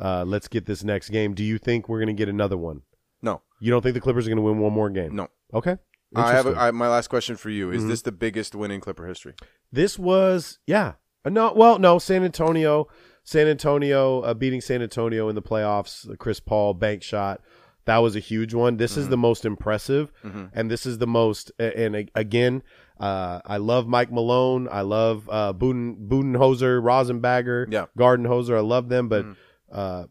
S1: Uh, let's get this next game. Do you think we're going to get another one?
S3: no.
S1: You don't think the Clippers are going to win one more game?
S3: No.
S1: Okay.
S3: I have a,
S1: Interesting. Mm-hmm.
S3: I, my last question for you. Is this the biggest win in Clipper history?
S1: this was yeah. Uh, No. Well, no. San Antonio. San Antonio uh, beating San Antonio in the playoffs. The Chris Paul bank shot. That was a huge one. This is the most impressive, and this is the most. a- And a- again, uh, I love Mike Malone. I love uh, Buden Budenhoser, Rosenbagger,
S3: Yeah.
S1: Gardenhoser. I love them, but uh,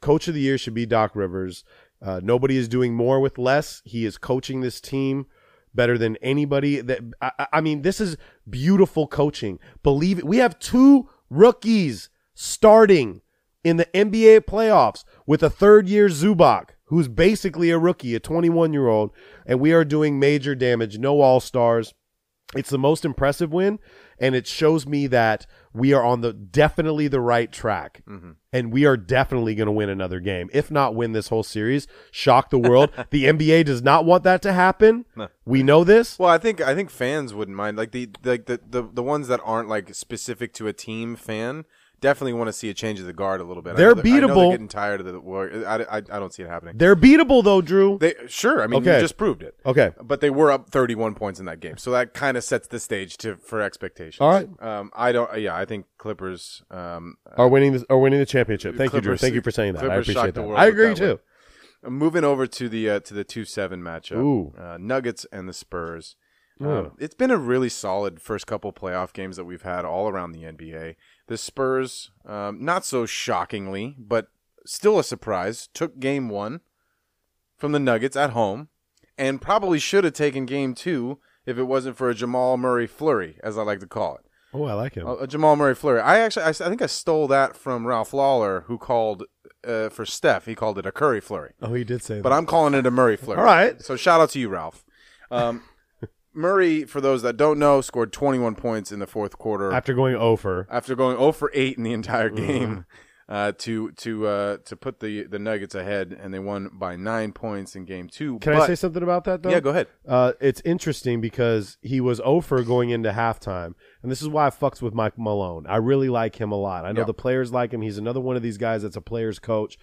S1: coach of the year should be Doc Rivers. Uh, nobody is doing more with less. He is coaching this team better than anybody. That I, I- I mean, this is beautiful coaching. Believe it. We have two rookies starting in the NBA playoffs with a third year Zubac, who's basically a rookie, a 21 year old, and we are doing major damage. No All Stars. It's the most impressive win, and it shows me that we are on the definitely the right track,
S3: Mm-hmm.
S1: and we are definitely going to win another game, if not win this whole series. Shock the world. the NBA does not want that to happen. We know this.
S3: Well, I think I think fans wouldn't mind. Like the like the, the, the ones that aren't like specific to a team fan definitely want to see a change of the guard a little bit. I
S1: They're
S3: know that- I know
S1: beatable.
S3: they're getting tired of the work. I, I, I don't see it happening.
S1: They're beatable though, Drew.
S3: They sure. I mean,
S1: Okay.
S3: you just proved it.
S1: Okay.
S3: But they were up 31 points in that game, so that kind of sets the stage to for expectations.
S1: All right.
S3: Um, I don't. Yeah, I think Clippers. Um,
S1: Are winning this? Are winning the championship? Thank you, Drew.
S3: Clippers-
S1: Thank you for saying that. I
S3: Clippers
S1: appreciate
S3: shocked the
S1: that.
S3: world
S1: I
S3: with
S1: agree
S3: that
S1: too.
S3: moving over to the uh, to the two seven matchup.
S1: Ooh.
S3: Uh, Nuggets and the Spurs. Um, it's been a really solid first couple playoff games that we've had all around the NBA. The Spurs, um, not so shockingly, but still a surprise, took game one from the Nuggets at home, and probably should have taken game two if it wasn't for a Jamal Murray flurry, as I like to call it.
S1: Oh, I like him.
S3: A, a Jamal Murray flurry. I actually, I, s- I think I stole that from Ralph Lawler, who called uh, for Steph. He called it a Curry flurry
S1: Oh, he did say that.
S3: but I'm calling it a Murray flurry.
S1: All right.
S3: So shout out to you, Ralph. Um, Murray, for those that don't know, scored 21 points in the fourth quarter
S1: After going over,
S3: after going 0 for 8 in the entire
S1: Mm.
S3: game uh, to to uh, to put the the Nuggets ahead, and they won by nine points in game two.
S1: can I
S3: But-
S1: say something about that though?
S3: Yeah, go ahead.
S1: Uh, it's interesting because he was over going into halftime, and this is why I fucks with Mike Malone. I really like him a lot. I know
S3: Yeah.
S1: the players like him. He's another one of these guys that's a player's coach.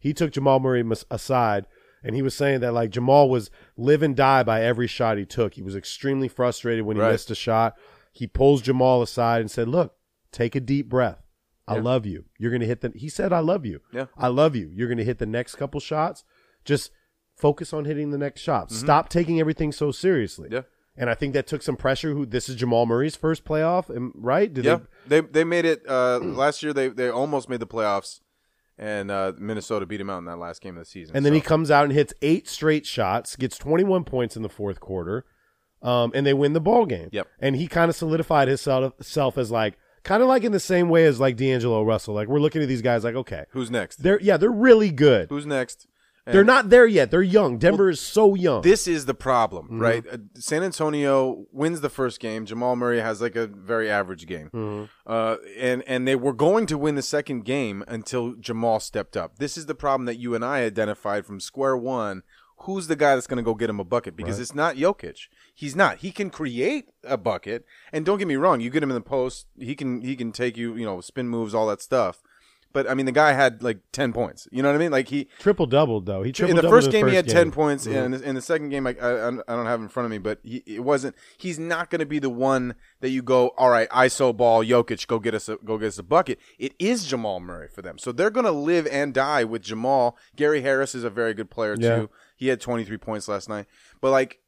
S1: He took Jamal Murray mas- aside, and he was saying that like Jamal was live and die by every shot he took. He was extremely frustrated when he
S3: Right.
S1: missed a shot. He pulls Jamal aside and said, "Look, take a deep breath. I love you. You're gonna hit the." He said, "I love you.
S3: Yeah.
S1: I love you. You're gonna hit the next couple shots. Just." focus on hitting the next shot. Stop taking everything so seriously.
S3: Mm-hmm. Yeah.
S1: And I think that took some pressure. Who this is Jamal Murray's first playoff, am- right? Did
S3: Yeah, they they made it uh, last year. They they almost made the playoffs, and uh, Minnesota beat them out in that last game of the season.
S1: They, and then
S3: so-
S1: he comes out and hits eight straight shots, gets 21 points in the fourth quarter, um, and they win the ball game.
S3: Yep.
S1: And he kind of solidified himself self as like kind of like in the same way as like D'Angelo Russell. Like we're looking at these guys like okay,
S3: who's next?
S1: they're yeah they're really good.
S3: Who's next? And-
S1: They're not there yet. They're young. Denver is so young.
S3: This is the problem, right? Uh, San Antonio wins the first game. Jamal Murray has like a very average game, uh, and and they were going to win the second game until Jamal stepped up. This is the problem that you and I identified from square one. Who's the guy that's going to go get him a bucket? Because it's not Jokic. He's not. He can create a bucket, and don't get me wrong. You get him in the post. He can he can take you. You know, spin moves, all that stuff. But I mean, the guy had like ten points. You know what I mean? Like he
S1: triple doubled though. He
S3: in
S1: triple
S3: the first game he had 10 points
S1: Mhm.
S3: and in the second game I, I, I don't have it in front of me but he, it wasn't he's not going to be the one that you go all right iso ball Jokic go get us a, go get us a bucket it is Jamal Murray for them so they're going to live and die with Jamal Gary Harris is a very good player
S1: Yeah.
S3: too he had 23 points last night but like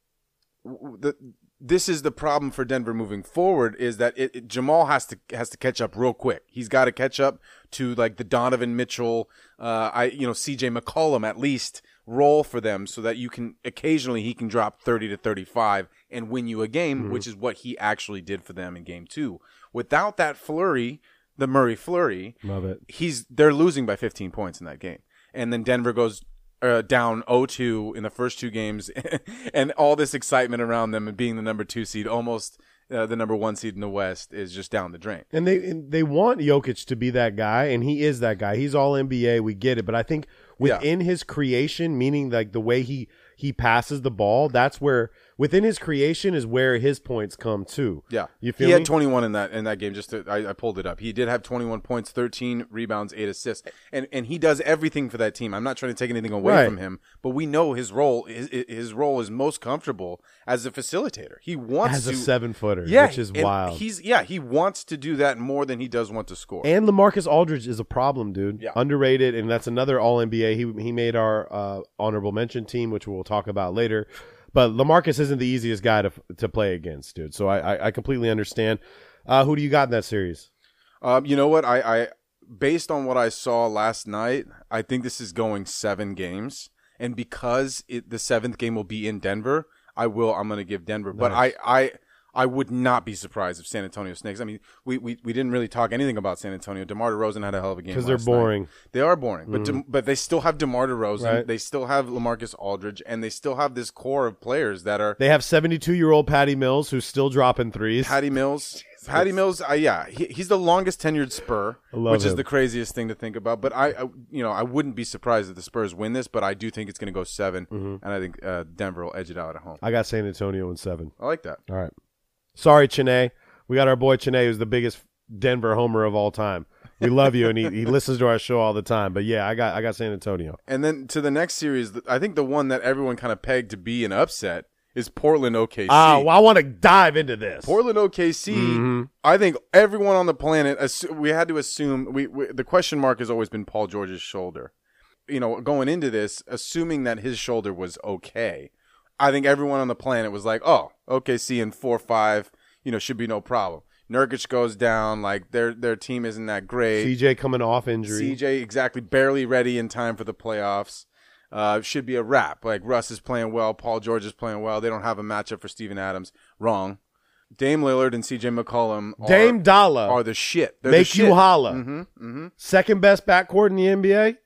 S3: w- w- the this is the problem for Denver moving forward is that it, it- Jamal has to has to catch up real quick. He's got to catch up to like the Donovan Mitchell, uh, I you know CJ McCollum at least role for them so that you can occasionally he can drop 30 to 35 and win you a game which is what he actually did for them in game 2 without that flurry the Murray flurry
S1: Love it.
S3: he's they're losing by 15 points in that game and then denver goes uh, down 0-2 in the first two games and all this excitement around them and being the number two seed almost uh, the number one seed in the west is just down the drain
S1: And they and they want Jokic to be that guy, and he is that guy. He's all NBA. We get it, but I think
S3: Yeah.
S1: within his creation, meaning like the way he he passes the ball, that's where within his creation is where his points come too.
S3: yeah
S1: you feel
S3: he
S1: me?
S3: had 21 in that in that game just to, I, I pulled it up he did have 21 points 13 rebounds 8 assists and and he does everything for that team i'm not trying to take anything away
S1: Right.
S3: from him but we know his role his, his role is most comfortable as a facilitator he wants
S1: as
S3: to
S1: a seven footer,
S3: Yeah,
S1: which is
S3: and
S1: wild.
S3: He's yeah, he wants to do that more than he does want to score.
S1: and Lamarcus Aldridge is a problem, dude.
S3: Yeah.
S1: Underrated, and that's another All NBA. He he made our uh, honorable mention team, which we'll talk about later. But Lamarcus isn't the easiest guy to to play against, dude. So I I, I completely understand. Uh, who do you got in that series?
S3: um, you know what? I, I based on what I saw last night, I think this is going seven games, and because it, the seventh game will be in Denver, I will. I'm going to give Denver, but I I. I would not be surprised if San Antonio Snakes. I mean, we, we, we didn't really talk anything about San Antonio. DeMar DeRozan had a hell of a game
S1: Because they're
S3: last night.
S1: boring. Mm-hmm.
S3: They are boring, but De- but they still have DeMar DeRozan.
S1: Right.
S3: They still have LaMarcus Aldridge, and they still have this core of players that are
S1: They have 72 year old Patty Mills who's still dropping threes.
S3: Patty Mills. Patty Mills. Uh, yeah, he, he's the longest tenured Spur,
S1: love
S3: which is
S1: him.
S3: the craziest thing to think about. But I, I, you know, I wouldn't be surprised if the Spurs win this, but I do think it's going to go 7
S1: Mm-hmm.
S3: and I think uh, Denver will edge it out at home.
S1: I got San Antonio in seven.
S3: I like that.
S1: All right. Sorry, Chene. We got our boy Chene, who's the biggest Denver homer of all time. We love you, and he, he listens to our show all the time. But yeah, I got I got San Antonio.
S3: And then to the next series, th- I think the one that everyone kind of pegged to be an upset is Portland OKC.
S1: Ah, Mm-hmm. well, I want to dive into this.
S3: Portland OKC. I think everyone on the planet. assu- We had to assume. We, we the question mark has always been Paul George's shoulder. You know, going into this, assuming that his shoulder was okay, I think everyone on the planet was like, "Oh, OKC in four five, you know, should be no problem." Nurkic goes down. Like their their team isn't that great.
S1: CJ coming off injury.
S3: CJ exactly barely ready in time for the playoffs. Uh, should be a wrap. Like Russ is playing well, Paul George is playing well. They don't have a matchup for Steven Adams. Wrong. Dame Lillard and CJ McCollum are,
S1: Dame Dalla
S3: are the shit. They're the
S1: make you
S3: shit.
S1: holla. Second best backcourt in the NBA.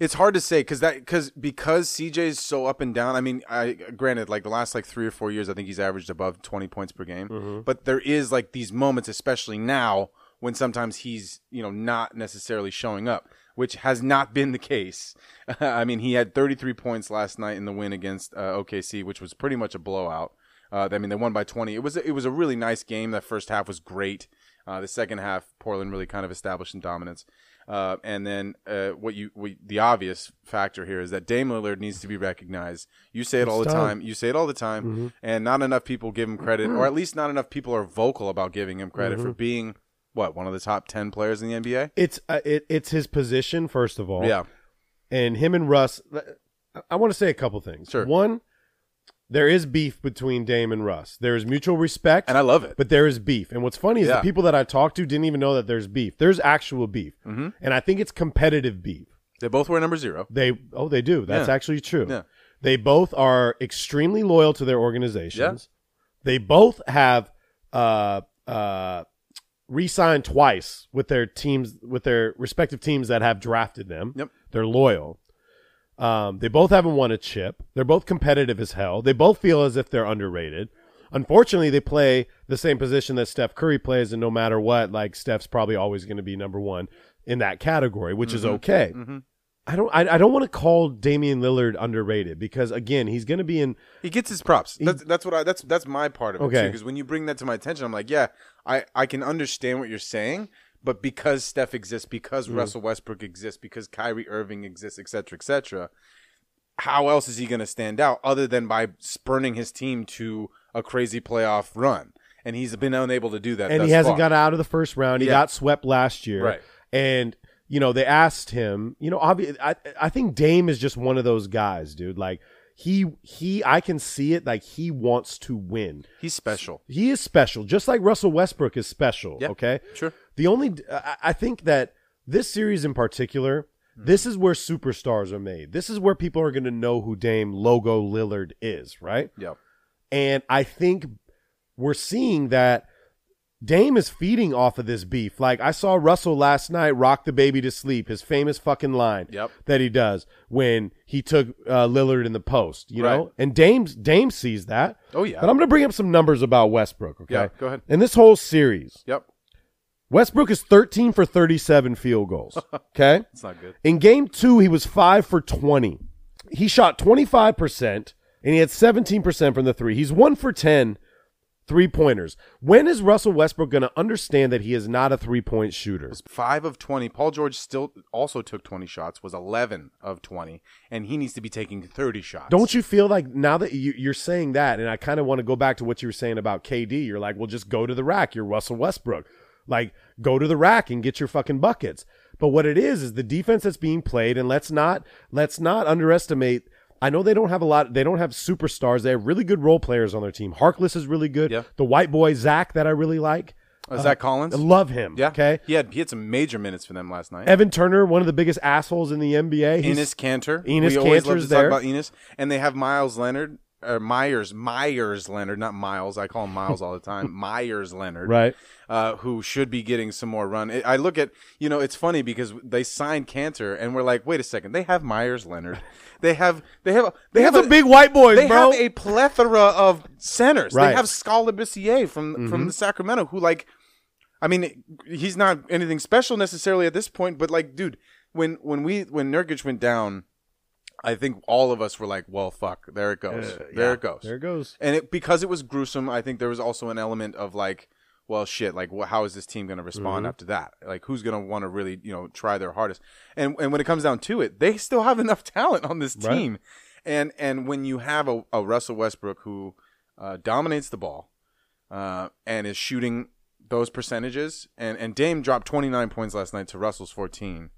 S3: It's hard to say because that because because CJ is so up and down. I mean, I granted like the last like three or four years, I think he's averaged above twenty points per game. But there is like these moments, especially now, when sometimes he's you know not necessarily showing up, which has not been the case. I mean, he had thirty three points last night in the win against uh, OKC, which was pretty much a blowout. Uh, I mean, they won by 20. It was it was a really nice game. That first half was great. Uh, the second half, Portland really kind of established some dominance. Uh, and then uh, what you we, the obvious factor here is that Dame Lillard needs to be recognized. You say it all the
S1: done.
S3: time. You say it all the time, and not enough people give him credit, or at least not enough people are vocal about giving him credit for being what one of the top ten players in the NBA.
S1: It's uh, it, it's his position first of all.
S3: Yeah,
S1: and him and Russ. uh, I want to say a couple things.
S3: Sure.
S1: One, there is beef between Dame and Russ. There is mutual respect,
S3: and I love it.
S1: but there is beef. And what's funny is
S3: Yeah.
S1: the people that I talked to didn't even know that there's beef. There's actual beef,
S3: Mm-hmm.
S1: and I think it's competitive beef.
S3: They both wear number zero.
S1: They oh they do. That's
S3: Yeah.
S1: actually true.
S3: Yeah.
S1: They both are extremely loyal to their organizations. They both have uh uh re-signed twice with their teams with their respective teams that have drafted them.
S3: Yep.
S1: They're loyal. Um, they both haven't won a chip. They're both competitive as hell. They both feel as if they're underrated. Unfortunately, they play the same position that Steph Curry plays, and no matter what, like Steph's probably always going to be number one in that category, which
S3: Mm-hmm.
S1: is okay. I don't. I, I don't want to call Damian Lillard underrated because again, he's going to be in.
S3: He gets his props. That's, that's what I. That's that's my part of it
S1: Okay.
S3: Because when you bring that to my attention, I'm like, yeah, I I can understand what you're saying, but because Steph exists, because
S1: Mm-hmm.
S3: Russell Westbrook exists, because Kyrie Irving exists, et cetera, et cetera, how else is he going to stand out other than by spurning his team to a crazy playoff run? And he's been unable to do that.
S1: and he
S3: thus
S1: hasn't
S3: far.
S1: got out of the first round. He
S3: Yeah.
S1: got swept last year,
S3: Right.
S1: And you know they asked him. You know, obvi- I I think Dame is just one of those guys, dude. Like he he I can see it like he wants to win.
S3: He's special.
S1: He is special, just like Russell Westbrook is special.
S3: Yeah,
S1: Okay,
S3: sure.
S1: The only I, I think that this series in particular,
S3: Hmm.
S1: this is where superstars are made. This is where people are going to know who Dame Logo Lillard is, right?
S3: Yep.
S1: And I think we're seeing that Dame is feeding off of this beef. Like I saw Russell last night rock the baby to sleep, his famous fucking line
S3: Yep.
S1: that he does when he took uh, Lillard in the post, you know?
S3: Right.
S1: And Dame Dame sees that.
S3: Oh yeah.
S1: But I'm going to bring up some numbers about Westbrook, okay?
S3: Yeah, go ahead.
S1: In this whole series,
S3: yep.
S1: Westbrook is 13 for 37 field goals, okay?
S3: It's not good.
S1: In game two, he was five for 20. He shot 25%, and he had 17% from the three. He's one for 10 three pointers. When is Russell Westbrook going to understand that he is not a three point shooter?
S3: was five of twenty. Paul George still also took twenty shots. Was eleven of twenty, and he needs to be taking thirty shots.
S1: Don't you feel like now that you, you're saying that, and I kind of want to go back to what you were saying about KD, you're like, well, just go to the rack. You're Russell Westbrook. Like, go to the rack and get your fucking buckets. But what it is is the defense that's being played, and let's not let's not underestimate. I know they don't have a lot. They don't have superstars. They have really good role players on their team. Harkless is really good.
S3: Yeah.
S1: The white boy Zach that I really like.
S3: Uh, Zach Collins?
S1: I love him.
S3: Yeah.
S1: Okay.
S3: He had he had some major minutes for them last night.
S1: Evan Turner, one of the biggest assholes in the NBA. He's-
S3: Enos Cantor.
S1: Enes
S3: we always love to
S1: Kanter's
S3: talk
S1: there.
S3: about Enos. And they have Miles Leonard or Myers Myers Leonard, not Miles. I call him Miles all the time. Myers Leonard.
S1: Right.
S3: uh, who should be getting some more run. I I look at, you know, it's funny because they signed Cantor, and we're like, wait a second, they have Myers Leonard, they have, they have, they
S1: have some big white boys,
S3: they
S1: bro. Uh,
S3: have a plethora of centers. They
S1: Right. Mm-hmm.
S3: have Scalabissier from from the Sacramento, who like, I mean, he's not anything special necessarily at this point, but like, dude, when when we when Nurkic went down. I think all of us were like, "Well, fuck, there it goes, there it
S1: Uh,
S3: goes,
S1: There it goes.
S3: and it, because it was gruesome, I think there was also an element of like, well, shit, like, wh- how is this team going to
S1: Mm-hmm.
S3: respond after that? Like, who's going to want to really, you know, try their hardest? And and when it comes down to it, they still have enough talent on this
S1: Right.
S3: team. And and when you have a, a Russell Westbrook who uh, dominates the ball uh, and is shooting those percentages, and and Dame dropped 29 points last night to Russell's 14.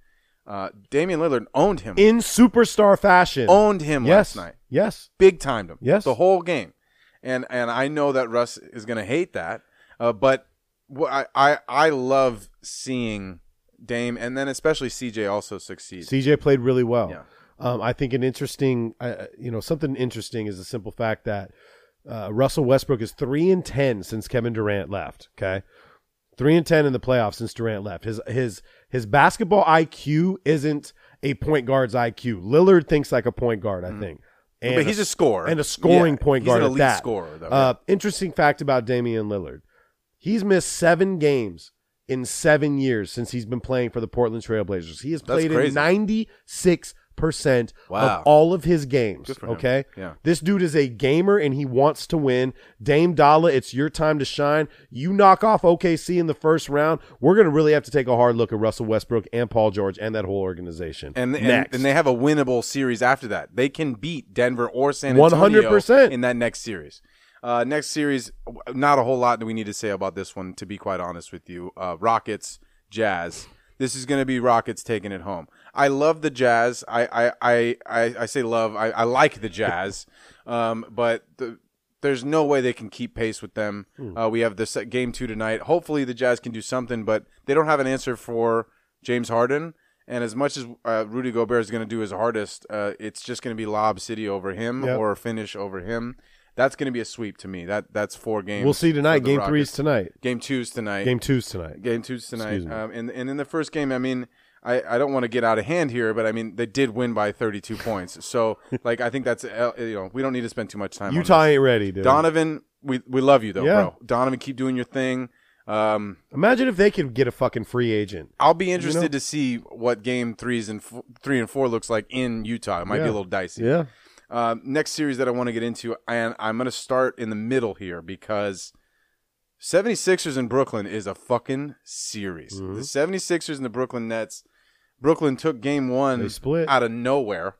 S3: Uh, Damian Lillard owned him,
S1: In superstar fashion.
S3: owned him
S1: yes.
S3: last night
S1: Yes.
S3: big timed him.
S1: Yes.
S3: the whole game, and and I know that Russ is going to hate that, uh, but wh- I, I I love seeing Dame and then especially CJ also succeed.
S1: CJ played really well.
S3: Yeah.
S1: Um, I think an interesting, uh, you know, something interesting is the simple fact that uh, Russell Westbrook is three and ten since Kevin Durant left. Okay, three and ten in the playoffs since Durant left. His his his basketball IQ isn't a point guard's IQ. Lillard thinks like a point guard. I think. And
S3: Mm-hmm. but he's a scorer
S1: and a scoring
S3: Yeah,
S1: point
S3: he's
S1: guard
S3: an
S1: at
S3: elite
S1: that.
S3: scorer though.
S1: Uh, interesting fact about Damian Lillard. He's missed seven games in seven years since he's been playing for the Portland Trailblazers. He has played in
S3: crazy.
S1: 96%
S3: Wow.
S1: of all of his games.
S3: Good for him.
S1: okay?
S3: Yeah.
S1: This dude is a gamer and he wants to win. Dame Dalla, it's your time to shine. You knock off OKC in the first round. We're going to really have to take a hard look at Russell Westbrook and Paul George and that whole organization.
S3: and, and
S1: Next.
S3: and they have a winnable series after that. They can beat Denver or San Antonio
S1: 100%.
S3: in that next series. Uh, next series, w- not a whole lot do we need to say about this one. To be quite honest with you, uh, Rockets Jazz. This is going to be Rockets taking it home. I love the Jazz. I I I, I, I say love. I, I like the Jazz, um, but the, there's no way they can keep pace with them.
S1: Hmm.
S3: Uh, we have this uh, game two tonight. Hopefully, the Jazz can do something, but they don't have an answer for James Harden. And as much as uh, Rudy Gobert is going to do his hardest, uh, it's just going to be Lob City over him
S1: Yep.
S3: or finish over him. That's going to be a sweep to me. That that's four games.
S1: we'll see tonight.
S3: for the
S1: Game
S3: Rockets.
S1: three's tonight.
S3: Game two's tonight.
S1: Game two's tonight.
S3: Game two's tonight.
S1: Excuse me.
S3: Um, and and in the first game, I mean, I, I don't want to get out of hand here, but I mean they did win by 32 points. So like I think that's uh, you know we don't need to spend too much time. on
S1: Utah ain't ready, dude.
S3: this. Donovan, we we love you though,
S1: Yeah.
S3: bro. Donovan, keep doing your thing. Um,
S1: Imagine if they could get a fucking free agent.
S3: I'll be interested to see what game threes and f- three and four looks like in Utah. It might be
S1: Yeah.
S3: a little dicey.
S1: Yeah.
S3: Um, next series that I want to get into, and I'm going to start in the middle here because 76ers in Brooklyn is a fucking series.
S1: Mm-hmm.
S3: The 76ers and the Brooklyn Nets. Brooklyn took game one
S1: They split.
S3: out of nowhere.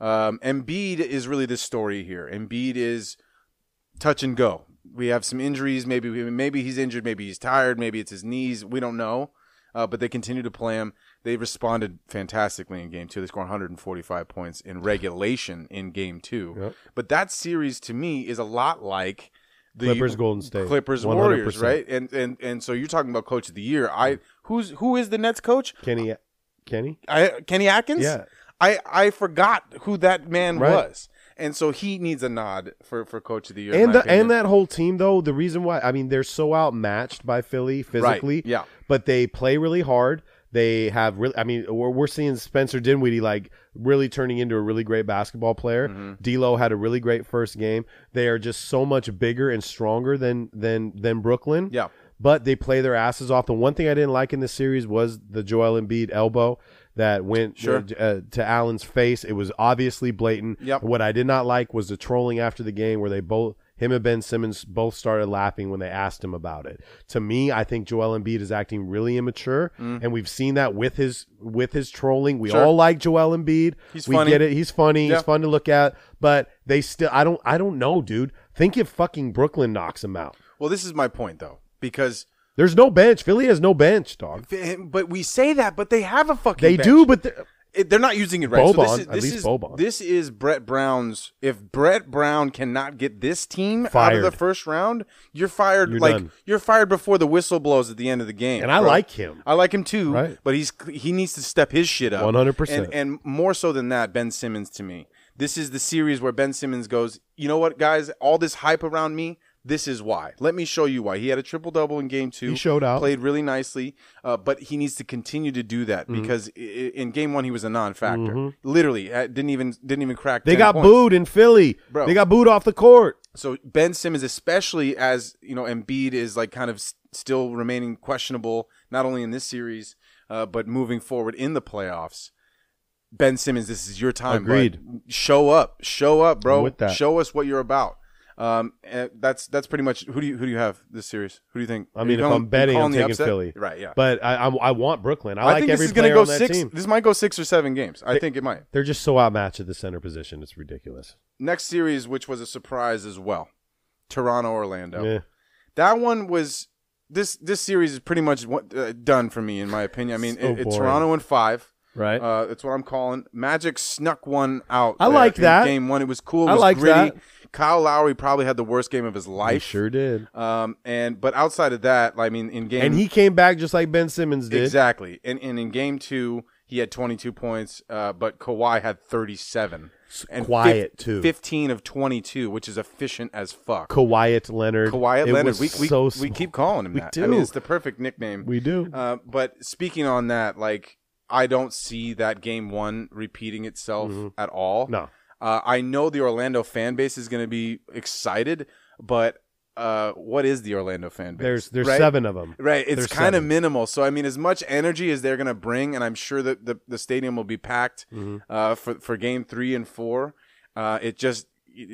S3: Um, Embiid is really the story here. Embiid is touch and go. We have some injuries. Maybe maybe he's injured. Maybe he's tired. Maybe it's his knees. We don't know. uh, but they continue to play him. They responded fantastically in game two. They scored 145 points in regulation in game two.
S1: Yep.
S3: But that series to me is a lot like the
S1: Clippers, Golden State,
S3: Clippers
S1: 100%.
S3: Warriors, right? And and and so you're talking about coach of the year. I who's who is the Nets coach?
S1: Kenny, Kenny,
S3: I, Kenny Atkins.
S1: Yeah.
S3: I I forgot who that man
S1: Right.
S3: was, and so he needs a nod for for coach of the year. in my
S1: and the,
S3: opinion.
S1: and that whole team though. The reason why I mean they're so outmatched by Philly physically,
S3: yeah.
S1: but they play really hard. They have really. I mean, we're, we're seeing Spencer Dinwiddie like really turning into a really great basketball player.
S3: Mm-hmm.
S1: D'Lo had a really great first game. They are just so much bigger and stronger than than than Brooklyn.
S3: Yeah.
S1: But they play their asses off. The one thing I didn't like in this series was the Joel Embiid elbow that went
S3: Sure.
S1: uh, to Allen's face. It was obviously blatant.
S3: Yep.
S1: What I did not like was the trolling after the game where they both him and Ben Simmons both started laughing when they asked him about it. To me, I think Joel Embiid is acting really immature, and we've seen that with his with his trolling. We
S3: Mm. Sure.
S1: all like Joel Embiid.
S3: He's
S1: we
S3: funny.
S1: get it. He's funny.
S3: Yeah.
S1: He's fun to look at. But they still, I don't, I don't know, dude. Think if fucking Brooklyn knocks him out.
S3: well, this is my point though, because
S1: There's no bench. Philly has no bench, dog.
S3: but we say that, but they have a fucking.
S1: They
S3: bench.
S1: do, but they're-
S3: It- they're not using it right. so
S1: Boban,
S3: this is,
S1: at
S3: this
S1: least
S3: is,
S1: Boban.
S3: This is Brett Brown's. If Brett Brown cannot get this team out of
S1: Fired.
S3: the first round, you're fired.
S1: You're
S3: like
S1: done.
S3: you're fired before the whistle blows at the end of the game.
S1: And I
S3: bro.
S1: like him.
S3: I like him too.
S1: Right.
S3: But he's he needs to step his shit up.
S1: 100%.
S3: And and more so than that, Ben Simmons to me. This is the series where Ben Simmons goes. You know what, guys? All this hype around me. This is why. Let me show you why. He had a triple double in game two.
S1: He showed out.
S3: Played played really nicely, uh, but he needs to continue to do that
S1: Mm-hmm.
S3: because i- i- in game one he was a non-factor. Literally, uh, didn't even didn't even crack.
S1: they
S3: 10
S1: got
S3: points.
S1: booed in Philly.
S3: Bro.
S1: They got booed off the court.
S3: So Ben Simmons, especially as you know, Embiid is like kind of s- still remaining questionable, not only in this series uh, but moving forward in the playoffs. Ben Simmons, this is your time.
S1: Agreed.
S3: bud. Show up, show up, bro.
S1: I'm with that.
S3: Show us what you're about. Um, and that's that's pretty much who do you who do you have this series? Who do you think?
S1: I
S3: Are
S1: mean,
S3: you
S1: if
S3: calling-
S1: I'm betting,
S3: you
S1: I'm
S3: calling the
S1: taking
S3: upset?
S1: Philly.
S3: Right. Yeah.
S1: But I, I, I want Brooklyn. I,
S3: I
S1: like
S3: think this
S1: every
S3: is going
S1: player
S3: to go
S1: on that
S3: six.
S1: team.
S3: This might go six or seven games. I think it might.
S1: They're just so outmatched at the center position. It's ridiculous.
S3: Next series, which was a surprise as well, Toronto Orlando.
S1: Yeah.
S3: That one was this. This series is pretty much what, uh, done for me, in my opinion. I mean,
S1: So
S3: it- it's
S1: boring.
S3: Toronto in five.
S1: Right.
S3: Uh, that's what I'm calling. Magic snuck one out.
S1: I
S3: there
S1: like
S3: in
S1: that.
S3: Game one, it was cool. It
S1: I
S3: was
S1: like
S3: gritty.
S1: that.
S3: Kyle Lowry probably had the worst game of his
S1: I
S3: life.
S1: sure did.
S3: Um, and but outside of that, I mean, in game
S1: And he came back just like Ben Simmons did.
S3: exactly. And, and in game two, he had 22 points, uh, but Kawhi had 37. And
S1: quiet, too.
S3: 15 of 22, which is efficient as fuck.
S1: Kawhi Leonard.
S3: Kawhi
S1: It
S3: Leonard.
S1: was
S3: We, we,
S1: so
S3: we
S1: small.
S3: keep calling him
S1: We
S3: that. I
S1: do.
S3: mean, it's the perfect nickname.
S1: We do.
S3: Uh, but speaking on that, like I don't see that game one repeating itself at all.
S1: Mm-hmm. No.
S3: Uh, I know the Orlando fan base is going to be excited, but uh, what is the Orlando fan base?
S1: There's there's
S3: right?
S1: seven of them.
S3: Right, it's
S1: There's
S3: kind of
S1: seven.
S3: minimal. So I mean, as much energy as they're going to bring, and I'm sure that the, the stadium will be packed
S1: Mm-hmm.
S3: uh, for for game three and four. Uh, it just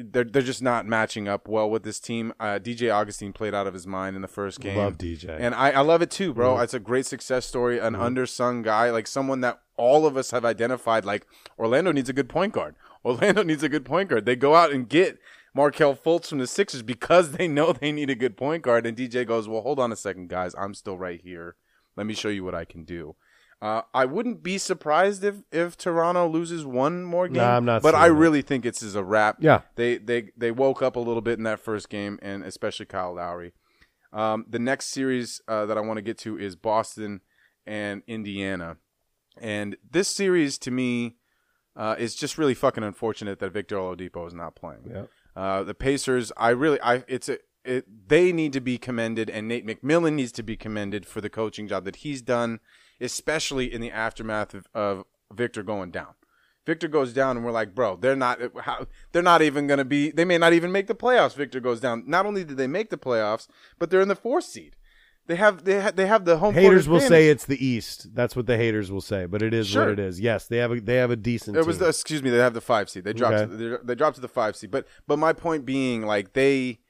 S3: they're they're just not matching up well with this team. Uh, DJ Augustine played out of his mind in the first game.
S1: Love DJ.
S3: and I, I love it too, bro.
S1: Mm-hmm.
S3: It's a great success story. An undersung guy, like someone that all of us have identified. Like Orlando needs a good point guard. Orlando needs a good point guard. They go out and get. Markel Fultz from the Sixers because they know they need a good point guard. And DJ goes, Well, hold on a second, guys. I'm still right here. Let me show you what I can do. Uh, I wouldn't be surprised if, if Toronto loses one more game.
S1: Nah, I'm not
S3: but
S1: seeing
S3: I
S1: that.
S3: really think it's is a wrap.
S1: Yeah.
S3: They they they woke up a little bit in that first game, and especially Kyle Lowry. Um, the next series uh, that I want to get to is Boston and Indiana, and this series to me uh, is just really fucking unfortunate that Victor Oladipo is not playing.
S1: Yeah.
S3: Uh, the Pacers, I really, I it's a. It, they need to be commended, and Nate McMillan needs to be commended for the coaching job that he's done, especially in the aftermath of, of Victor going down. Victor goes down, and we're like, bro, they're not, how, they're not even going to be. They may not even make the playoffs. Victor goes down. Not only did they make the playoffs, but they're in the fourth seed. They have, they have, they have the home. court
S1: Haters will
S3: advantage.
S1: say it's the East. That's what the haters will say, but it is
S3: Sure.
S1: what it is. Yes, they have a they have a decent.
S3: It was
S1: team.
S3: the, excuse me. They have the five seed. They dropped.
S1: Okay.
S3: To the, they dropped to the five seed. But but my point being, like they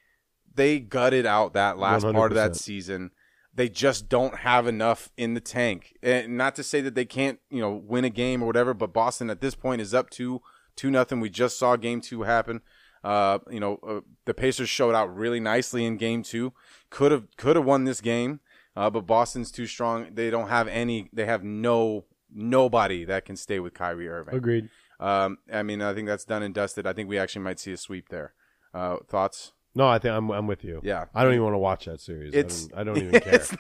S3: they gutted out that last part of that
S1: 100%.
S3: season. They just don't have enough in the tank. And not to say that they can't you know win a game or whatever. But Boston at this point is up two two nothing. We just saw game two happen. Uh, you know uh, the Pacers showed out really nicely in game two. Could have could have won this game. Uh, but Boston's too strong. They don't have any. They have no nobody that can stay with Kyrie Irving.
S1: Agreed.
S3: Um, I mean, I think that's done and dusted. I think we actually might see a sweep there. Uh, thoughts?
S1: No, I think I'm I'm with you.
S3: Yeah.
S1: I don't even want to watch that series.
S3: It's-
S1: I, don't, I don't even care.
S3: It's-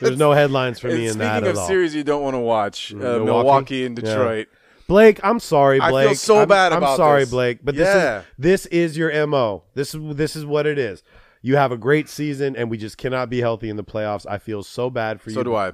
S1: There's no headlines for me
S3: it's-
S1: in that
S3: speaking
S1: at
S3: of
S1: all.
S3: series you don't want to watch, uh,
S1: Milwaukee?
S3: Milwaukee? and
S1: Yeah.
S3: Detroit.
S1: Blake, I'm sorry,
S3: I feel
S1: Blake.
S3: so
S1: I'm,
S3: bad
S1: I'm
S3: about
S1: sorry,
S3: this.
S1: Blake, but
S3: Yeah.
S1: this is this is your mo. This is this is what it is. You have a great season, and we just cannot be healthy in the playoffs. I feel so bad for you.
S3: So do I.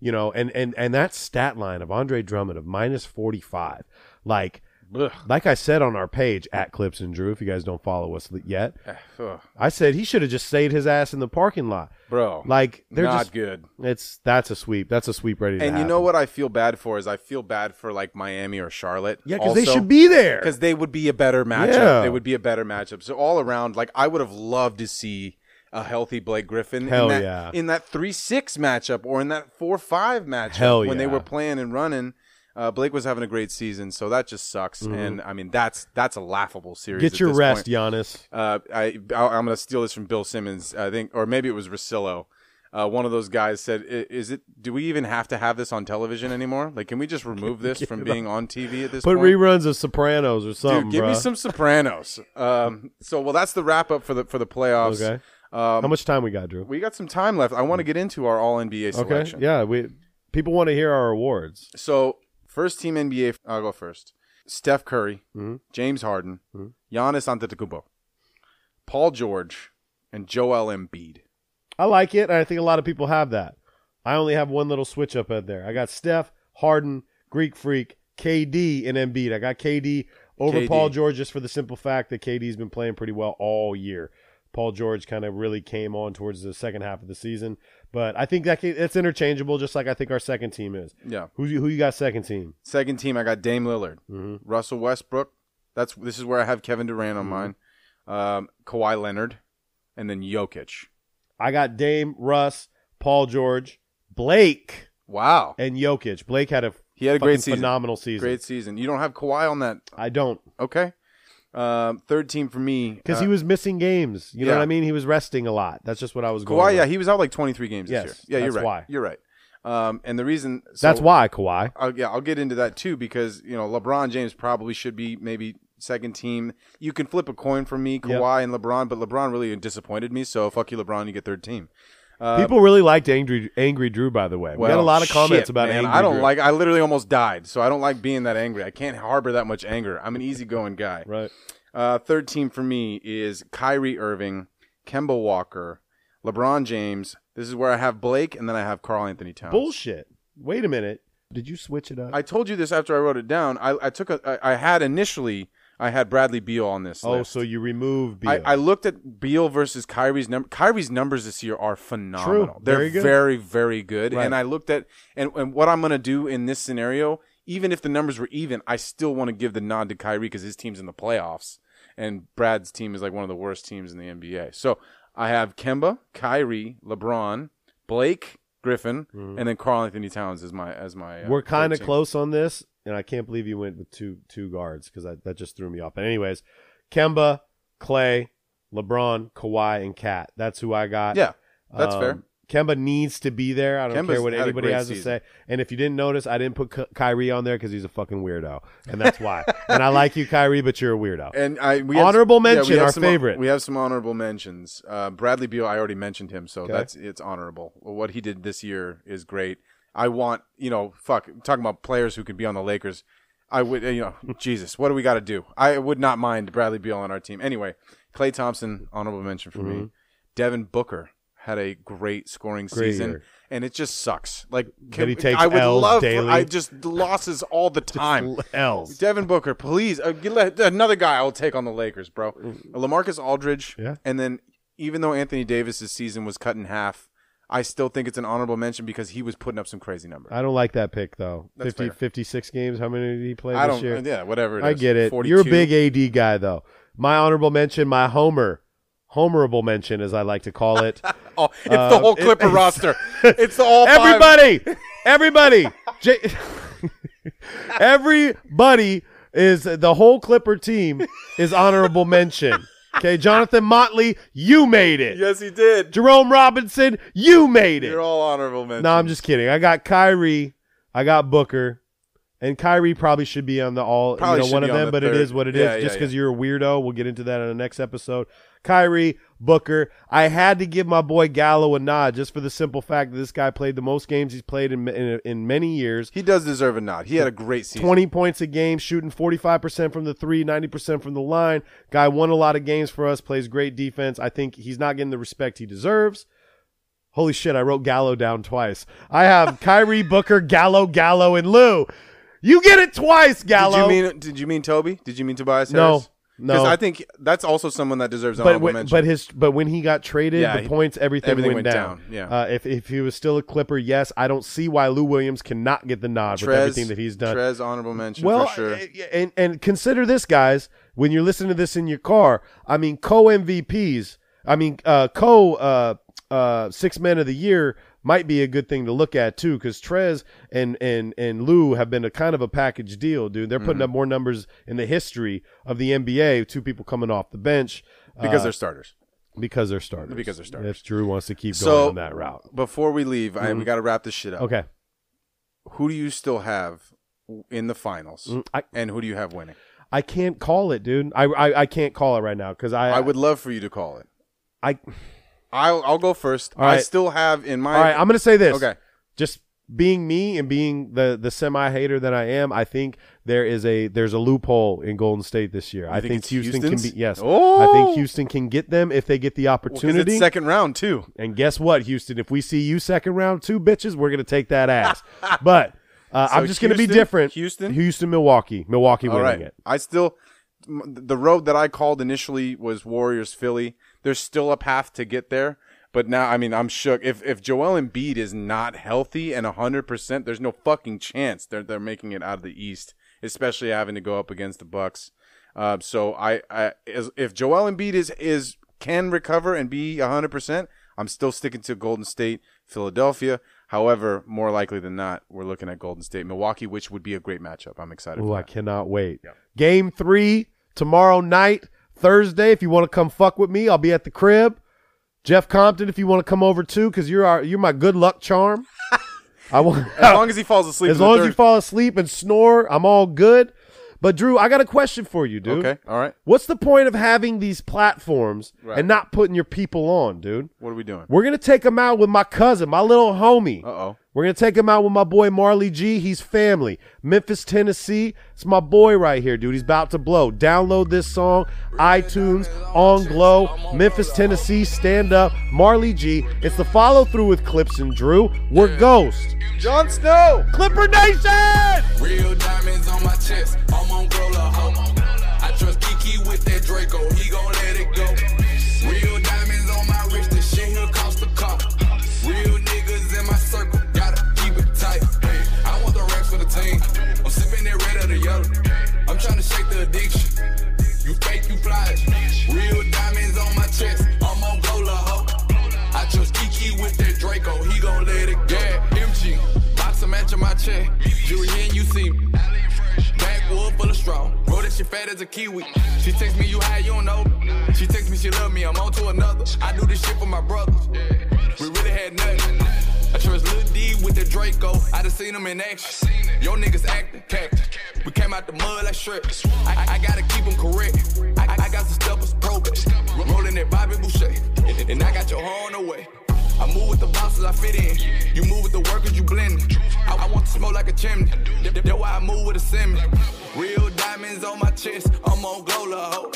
S1: You know, and and and that stat line of Andre Drummond of minus 45, like.
S3: Ugh.
S1: Like I said on our page at Clips and Drew, if you guys don't follow us yet,
S3: Uh, Ugh.
S1: I said he should have just stayed his ass in the parking lot.
S3: Bro,
S1: Like they're
S3: not
S1: just
S3: good.
S1: it's that's a sweep. That's a sweep ready to
S3: And you
S1: happen.
S3: know what I feel bad for is I feel bad for like Miami or Charlotte.
S1: Yeah, because they
S3: also.
S1: should be there.
S3: because they would be a better matchup.
S1: Yeah.
S3: They would be a better matchup. So all around, like I would have loved to see a healthy Blake Griffin
S1: Hell
S3: in that
S1: yeah.
S3: in that three six matchup or in that four five matchup
S1: Hell
S3: when they
S1: yeah.
S3: were playing and running. Uh, Blake was having a great season, so that just sucks. And I mean, that's that's a laughable series.
S1: Mm-hmm. Get
S3: at
S1: your
S3: this
S1: rest,
S3: point.
S1: Giannis.
S3: Uh, I I- I'm gonna steal this from Bill Simmons. I think, or maybe it was Rosillo. Uh, one of those guys said, "I- "Is it? Do we even have to have this on television anymore? Like, can we just remove this from being on TV at this
S1: Put
S3: point?"
S1: reruns of Sopranos or something.
S3: Dude, give me
S1: bruh.
S3: some Sopranos. Um, so well, that's the wrap up for the for the playoffs.
S1: Okay.
S3: Um,
S1: How much time we got, Drew?
S3: we got some time left. I want to get into our All NBA
S1: okay.
S3: selection.
S1: Yeah. We people want to hear our awards.
S3: So first team NBA. I'll go first. Steph Curry,
S1: Mhm.
S3: James Harden,
S1: Mhm.
S3: Giannis Antetokounmpo, Paul George, and Joel Embiid.
S1: I like it. and I think a lot of people have that. I only have one little switch up at there. I got Steph, Harden, Greek Freak, KD, and Embiid. I got KD over
S3: KD.
S1: Paul George just for the simple fact that KD's been playing pretty well all year. Paul George kind of really came on towards the second half of the season, but I think that can, it's interchangeable, just like I think our second team is.
S3: Yeah.
S1: Who you- who you got second team? Mm-hmm.
S3: Second team, I got Dame Lillard, Russell Westbrook. That's this is where I have Kevin Durant on mine, um, Kawhi Leonard, and then Jokic.
S1: I got Dame, Russ, Paul George, Blake,
S3: Wow,
S1: and Jokic. Blake had a
S3: he had a
S1: fucking
S3: great season.
S1: phenomenal season.
S3: Great season. You don't have Kawhi on that.
S1: I don't
S3: Okay. Um, third team for me
S1: because
S3: uh,
S1: he was missing games. You know
S3: yeah.
S1: what I mean? He was resting a lot. That's just what I was going.
S3: Kawhi.
S1: with.
S3: Yeah, he was out like 23 games
S1: Yes,
S3: this year. Yeah,
S1: that's
S3: you're right.
S1: why.
S3: You're right. Um, and the reason so,
S1: that's why Kawhi.
S3: I'll, yeah, I'll get into that too because you know LeBron James probably should be maybe second team. You can flip a coin for me, Kawhi and LeBron, but LeBron really disappointed me. So fuck you, LeBron. You get third team.
S1: People really liked angry Angry Drew. By the way, we got a lot of
S3: uh, shit,
S1: comments about
S3: man.
S1: angry.
S3: I don't
S1: Drew.
S3: like. I literally almost died, so I don't like being that angry. I can't harbor that much anger. I'm an easygoing guy.
S1: right.
S3: Uh, third team for me is Kyrie Irving, Kemba Walker, LeBron James. This is where I have Blake, and then I have Carl Anthony Towns.
S1: Bullshit. Wait a minute. Did you switch it up?
S3: I told you this after I wrote it down. I, I took a. I, I had initially. I had Bradley Beal on this.
S1: oh,
S3: list.
S1: so you remove Beal.
S3: I, I looked at Beal versus Kyrie's number. Kyrie's numbers this year are phenomenal.
S1: True.
S3: They're
S1: Very good.
S3: very, very good.
S1: Right.
S3: And I looked at and, and what I'm going to do in this scenario. Even if the numbers were even, I still want to give the nod to Kyrie because his team's in the playoffs, and Brad's team is like one of the worst teams in the NBA. So I have Kemba, Kyrie, LeBron, Blake Griffin, and then Carl Anthony Towns as my as my. uh,
S1: Mm-hmm. We're
S3: third
S1: kind of
S3: team.
S1: close on this, and I can't believe you went with two two guards because that just threw me off. But anyways, Kemba, Clay, LeBron, Kawhi, and Kat. That's who I got.
S3: Yeah, that's
S1: Um,
S3: fair.
S1: Kemba needs to be there. I don't
S3: Kemba's
S1: care what
S3: had a
S1: anybody
S3: great
S1: has to
S3: season.
S1: say. And if you didn't notice, I didn't put Ky- Kyrie on there because he's a fucking weirdo, and that's why. and I like you, Kyrie, but you're a weirdo.
S3: And I we
S1: Honorable
S3: have, yeah, we
S1: mention,
S3: have
S1: our
S3: some-
S1: favorite.
S3: We have some honorable mentions. Uh, Bradley Beal, I already mentioned him, so
S1: Okay.
S3: that's it's honorable. What he did this year is great. I want you know, fuck, talking about players who could be on the Lakers. I would you know, Jesus, what do we got to do? I would not mind Bradley Beal on our team. Anyway, Clay Thompson, honorable mention for
S1: Mm-hmm.
S3: me. Devin Booker had a great scoring
S1: Great
S3: season.
S1: year.
S3: And it just sucks. Like
S1: he takes
S3: I would
S1: Ls
S3: love. for-
S1: daily.
S3: I just losses all the time.
S1: L's.
S3: Devin Booker, please. Uh, get- let- another guy I'll take on the Lakers, bro. Lamarcus Aldridge.
S1: Mm. Yeah.
S3: And then even though Anthony Davis' season was cut in half, I still think it's an honorable mention because he was putting up some crazy numbers.
S1: I don't like that pick though.
S3: That's
S1: 50,
S3: fair.
S1: 56 games. How many did he play
S3: I
S1: this
S3: don't.
S1: year?
S3: Yeah, whatever. It
S1: I
S3: is.
S1: get it.
S3: 42.
S1: You're a big AD guy, though. My honorable mention, my homer, homerable mention, as I like to call it.
S3: Oh, it's the whole
S1: it-
S3: Clipper
S1: Um, it's-
S3: roster. It's the all five.
S1: everybody, everybody, J- everybody is the whole Clipper team is honorable mention. Okay, Jonathan Motley, you made it.
S3: yes, he did.
S1: Jerome Robinson, you made it.
S3: You're all honorable mentions.
S1: No, I'm just kidding. I got Kyrie, I got Booker, and Kyrie probably should be on the all you
S3: Probably
S1: know,
S3: should
S1: one
S3: be
S1: of
S3: on
S1: them,
S3: the
S1: but it
S3: third.
S1: is what it is.
S3: Yeah, yeah,
S1: just because
S3: yeah.
S1: you're a weirdo, we'll get into that in the next episode. Kyrie, Booker. I had to give my boy Gallo a nod just for the simple fact that this guy played the most games he's played in in, in many years.
S3: He does deserve a nod. He had a great season.
S1: 20 points a game, shooting 45% from the three, 90% from the line. Guy won a lot of games for us, plays great defense. I think he's not getting the respect he deserves. Holy shit, I wrote Gallo down twice. I have Kyrie, Booker, Gallo, Gallo, and Lou. You get it twice, Gallo.
S3: Did you mean? Did you mean Toby? Did you mean Tobias
S1: No,
S3: Harris?
S1: no.
S3: Because I think that's also someone that deserves an
S1: but
S3: honorable
S1: when,
S3: Oh, mention.
S1: but his but when he got traded,
S3: Yeah,
S1: the
S3: he-
S1: points everything,
S3: everything
S1: went,
S3: went
S1: down.
S3: down, yeah.
S1: Uh, if if he was still a Clipper, yes, I don't see why Lou Williams cannot get the nod with
S3: Trez-
S1: everything that he's done.
S3: Trez honorable mention
S1: well,
S3: for sure.
S1: a- a- and and consider this, guys. When you're listening to this in your car, I mean, co MVPs, I mean, uh, co uh, uh, six men of the year might be a good thing to look at too, because Trez and and and Lou have been a kind of a package deal, dude. They're putting
S3: Mm-hmm.
S1: up more numbers in the history of the NBA. Two people coming off the bench
S3: because
S1: uh,
S3: they're starters.
S1: because they're starters.
S3: Because they're starters.
S1: If Drew wants to keep going
S3: So-
S1: on that route,
S3: Before we leave, I, we got to wrap this shit up.
S1: Mm-hmm. okay.
S3: Who do you still have in the finals,
S1: Mm, I-
S3: and who do you have winning?
S1: I can't call it, dude. I I, I can't call it right now because I
S3: I would love for you to call it.
S1: I
S3: I'll, I'll go first.
S1: All
S3: I
S1: right.
S3: still have in my
S1: All right, I'm gonna say this.
S3: Okay.
S1: Just being me and being the the semi hater that I am, I think there is a there's a loophole in Golden State this year. I
S3: think
S1: think
S3: it's
S1: Houston can
S3: Houston's?
S1: be yes. I
S3: Oh!
S1: think Houston can get them if they get the
S3: because
S1: opportunity.
S3: it's second round too.
S1: and guess what, Houston? If we see you second round two bitches, we're gonna take that ass. but uh, I'm
S3: So
S1: just gonna be
S3: Houston-
S1: different.
S3: Houston?
S1: Houston, Milwaukee, Milwaukee
S3: All
S1: winning
S3: right.
S1: it.
S3: I still m- the road that I called initially was Warriors Philly. There's still a path to get there, but now I mean I'm shook. If if Joel Embiid is not healthy and 100%, there's no fucking chance they're they're making it out of the East, especially having to go up against the Bucks. Uh, so I, I as, if Joel Embiid is is can recover and be 100%, I'm still sticking to Golden State, Philadelphia. However, more likely than not, we're looking at Golden State, Milwaukee, which would be a great matchup. I'm excited.
S1: Ooh,
S3: for
S1: I
S3: that.
S1: cannot wait. Game three tomorrow night, Thursday. If you want to come fuck with me, I'll be at the crib. Jeff Compton, if you want to come over too, because you're our, you're my good luck charm. I want
S3: As long as he falls asleep.
S1: as
S3: in the
S1: long as you
S3: third-
S1: fall asleep and snore, I'm all good. But Drew, I got a question for you, dude.
S3: Okay. All right.
S1: What's the point of having these platforms
S3: Right.
S1: and not putting your people on, dude?
S3: What are we doing?
S1: We're gonna take him out with my cousin, my little homie.
S3: Uh oh.
S1: We're gonna take him out with my boy Marley G. He's family. Memphis, Tennessee. It's my boy right here, dude. He's about to blow. Download this song, iTunes, on Glow, Memphis, Tennessee. Stand up, Marley G. It's the follow through with Clips and Drew. We're Ghost.
S3: Jon Snow.
S1: Clipper Nation.
S4: Real diamonds on my chest, I'm on Grola ho. I trust Kiki with that Draco, he gon' let it go. Real diamonds on my wrist, this shit here cost a cop. Real niggas in my circle, gotta keep it tight. Hey, I want the racks for the team. I'm sipping that red or the yellow. I'm tryna shake the addiction. You fake, you fly. Real diamonds on my chest, I'm on Grola ho. I trust Kiki with that Draco, he gon' let it go. Yeah, MG, box a match on my chest. Jury hand, you see me. Backwood full of straw. Bro, that shit fat as a kiwi. She text me, you high, you don't know. She text me, she love me, I'm on to another. I do this shit for my brothers. We really had nothing. I trust Lil D with the Draco. I done seen him in action. Yo niggas acting, captain. We came out the mud like Shrek. I, I gotta keep 'em correct. I, I got some stuff that's broken. Rolling that Bobby Boucher. And, and I got your horn away. I move with the bosses, I fit in. You move with the workers, you blend. I, I want to smoke like a chimney. That- That why I move with a semi. Real diamonds on my chest, I'm on Glola ho.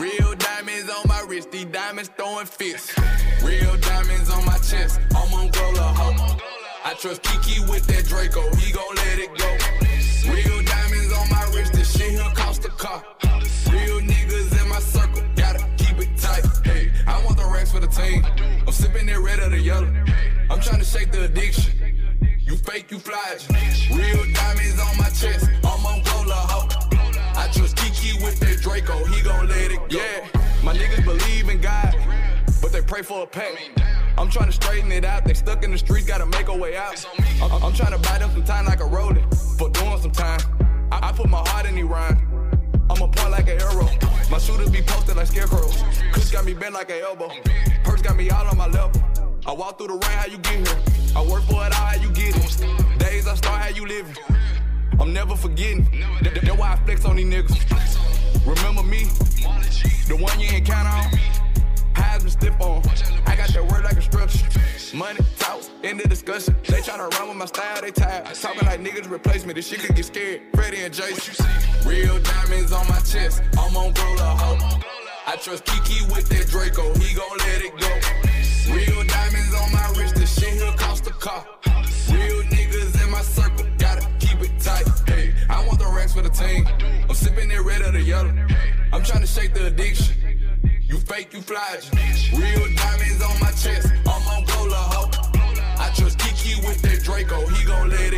S4: Real diamonds on my wrist, these diamonds throwing fists. Real diamonds on my chest, I'm on Glola ho. I trust Kiki with that Draco, he gon' let it go. Real diamonds on my wrist, this shit here cost a car. Real niggas in my circle, gotta keep it tight. Hey, I want the racks for the team. I'm sipping that red or the yellow. I'm tryna shake the addiction. You fake, you fly. Real diamonds on my chest. I'm on Cola Ho. I trust Kiki with that Draco. He gon' let it go. Yeah, my niggas believe in God, but they pray for a pack. I'm tryna straighten it out. They stuck in the streets, gotta make a way out. I'm, I'm tryna buy them some time like a roadie for doing some time. I, I put my heart in the rhyme. I'm a point like an arrow. My shooters be posted like scarecrows. got me bent like an elbow. Purse got me out on my level. I walk through the rain, how you get here? I work for it all, how you get it? Days I start, how you living? I'm never forgetting. That, that- that why I flex on these niggas. Remember me, the one you ain't count on. Highs been stiff on. I got that word like a structure. Money talks, end of discussion. They tryna run with my style, they tired. Talking like niggas replace me, this shit could get scared. Freddie and Jason. Real diamonds on my chest, I'm on roller hoe. I trust Kiki with that Draco, he gon' let it go. Real diamonds on my wrist, this shit here cost a car. Real niggas in my circle, gotta keep it tight. Hey, I want the racks for the team. I'm sipping that red or the yellow. I'm tryna shake the addiction. You fake, you fly. Real diamonds on my chest. I'm on roller hoe. I trust Kiki with that Draco. He gon' let it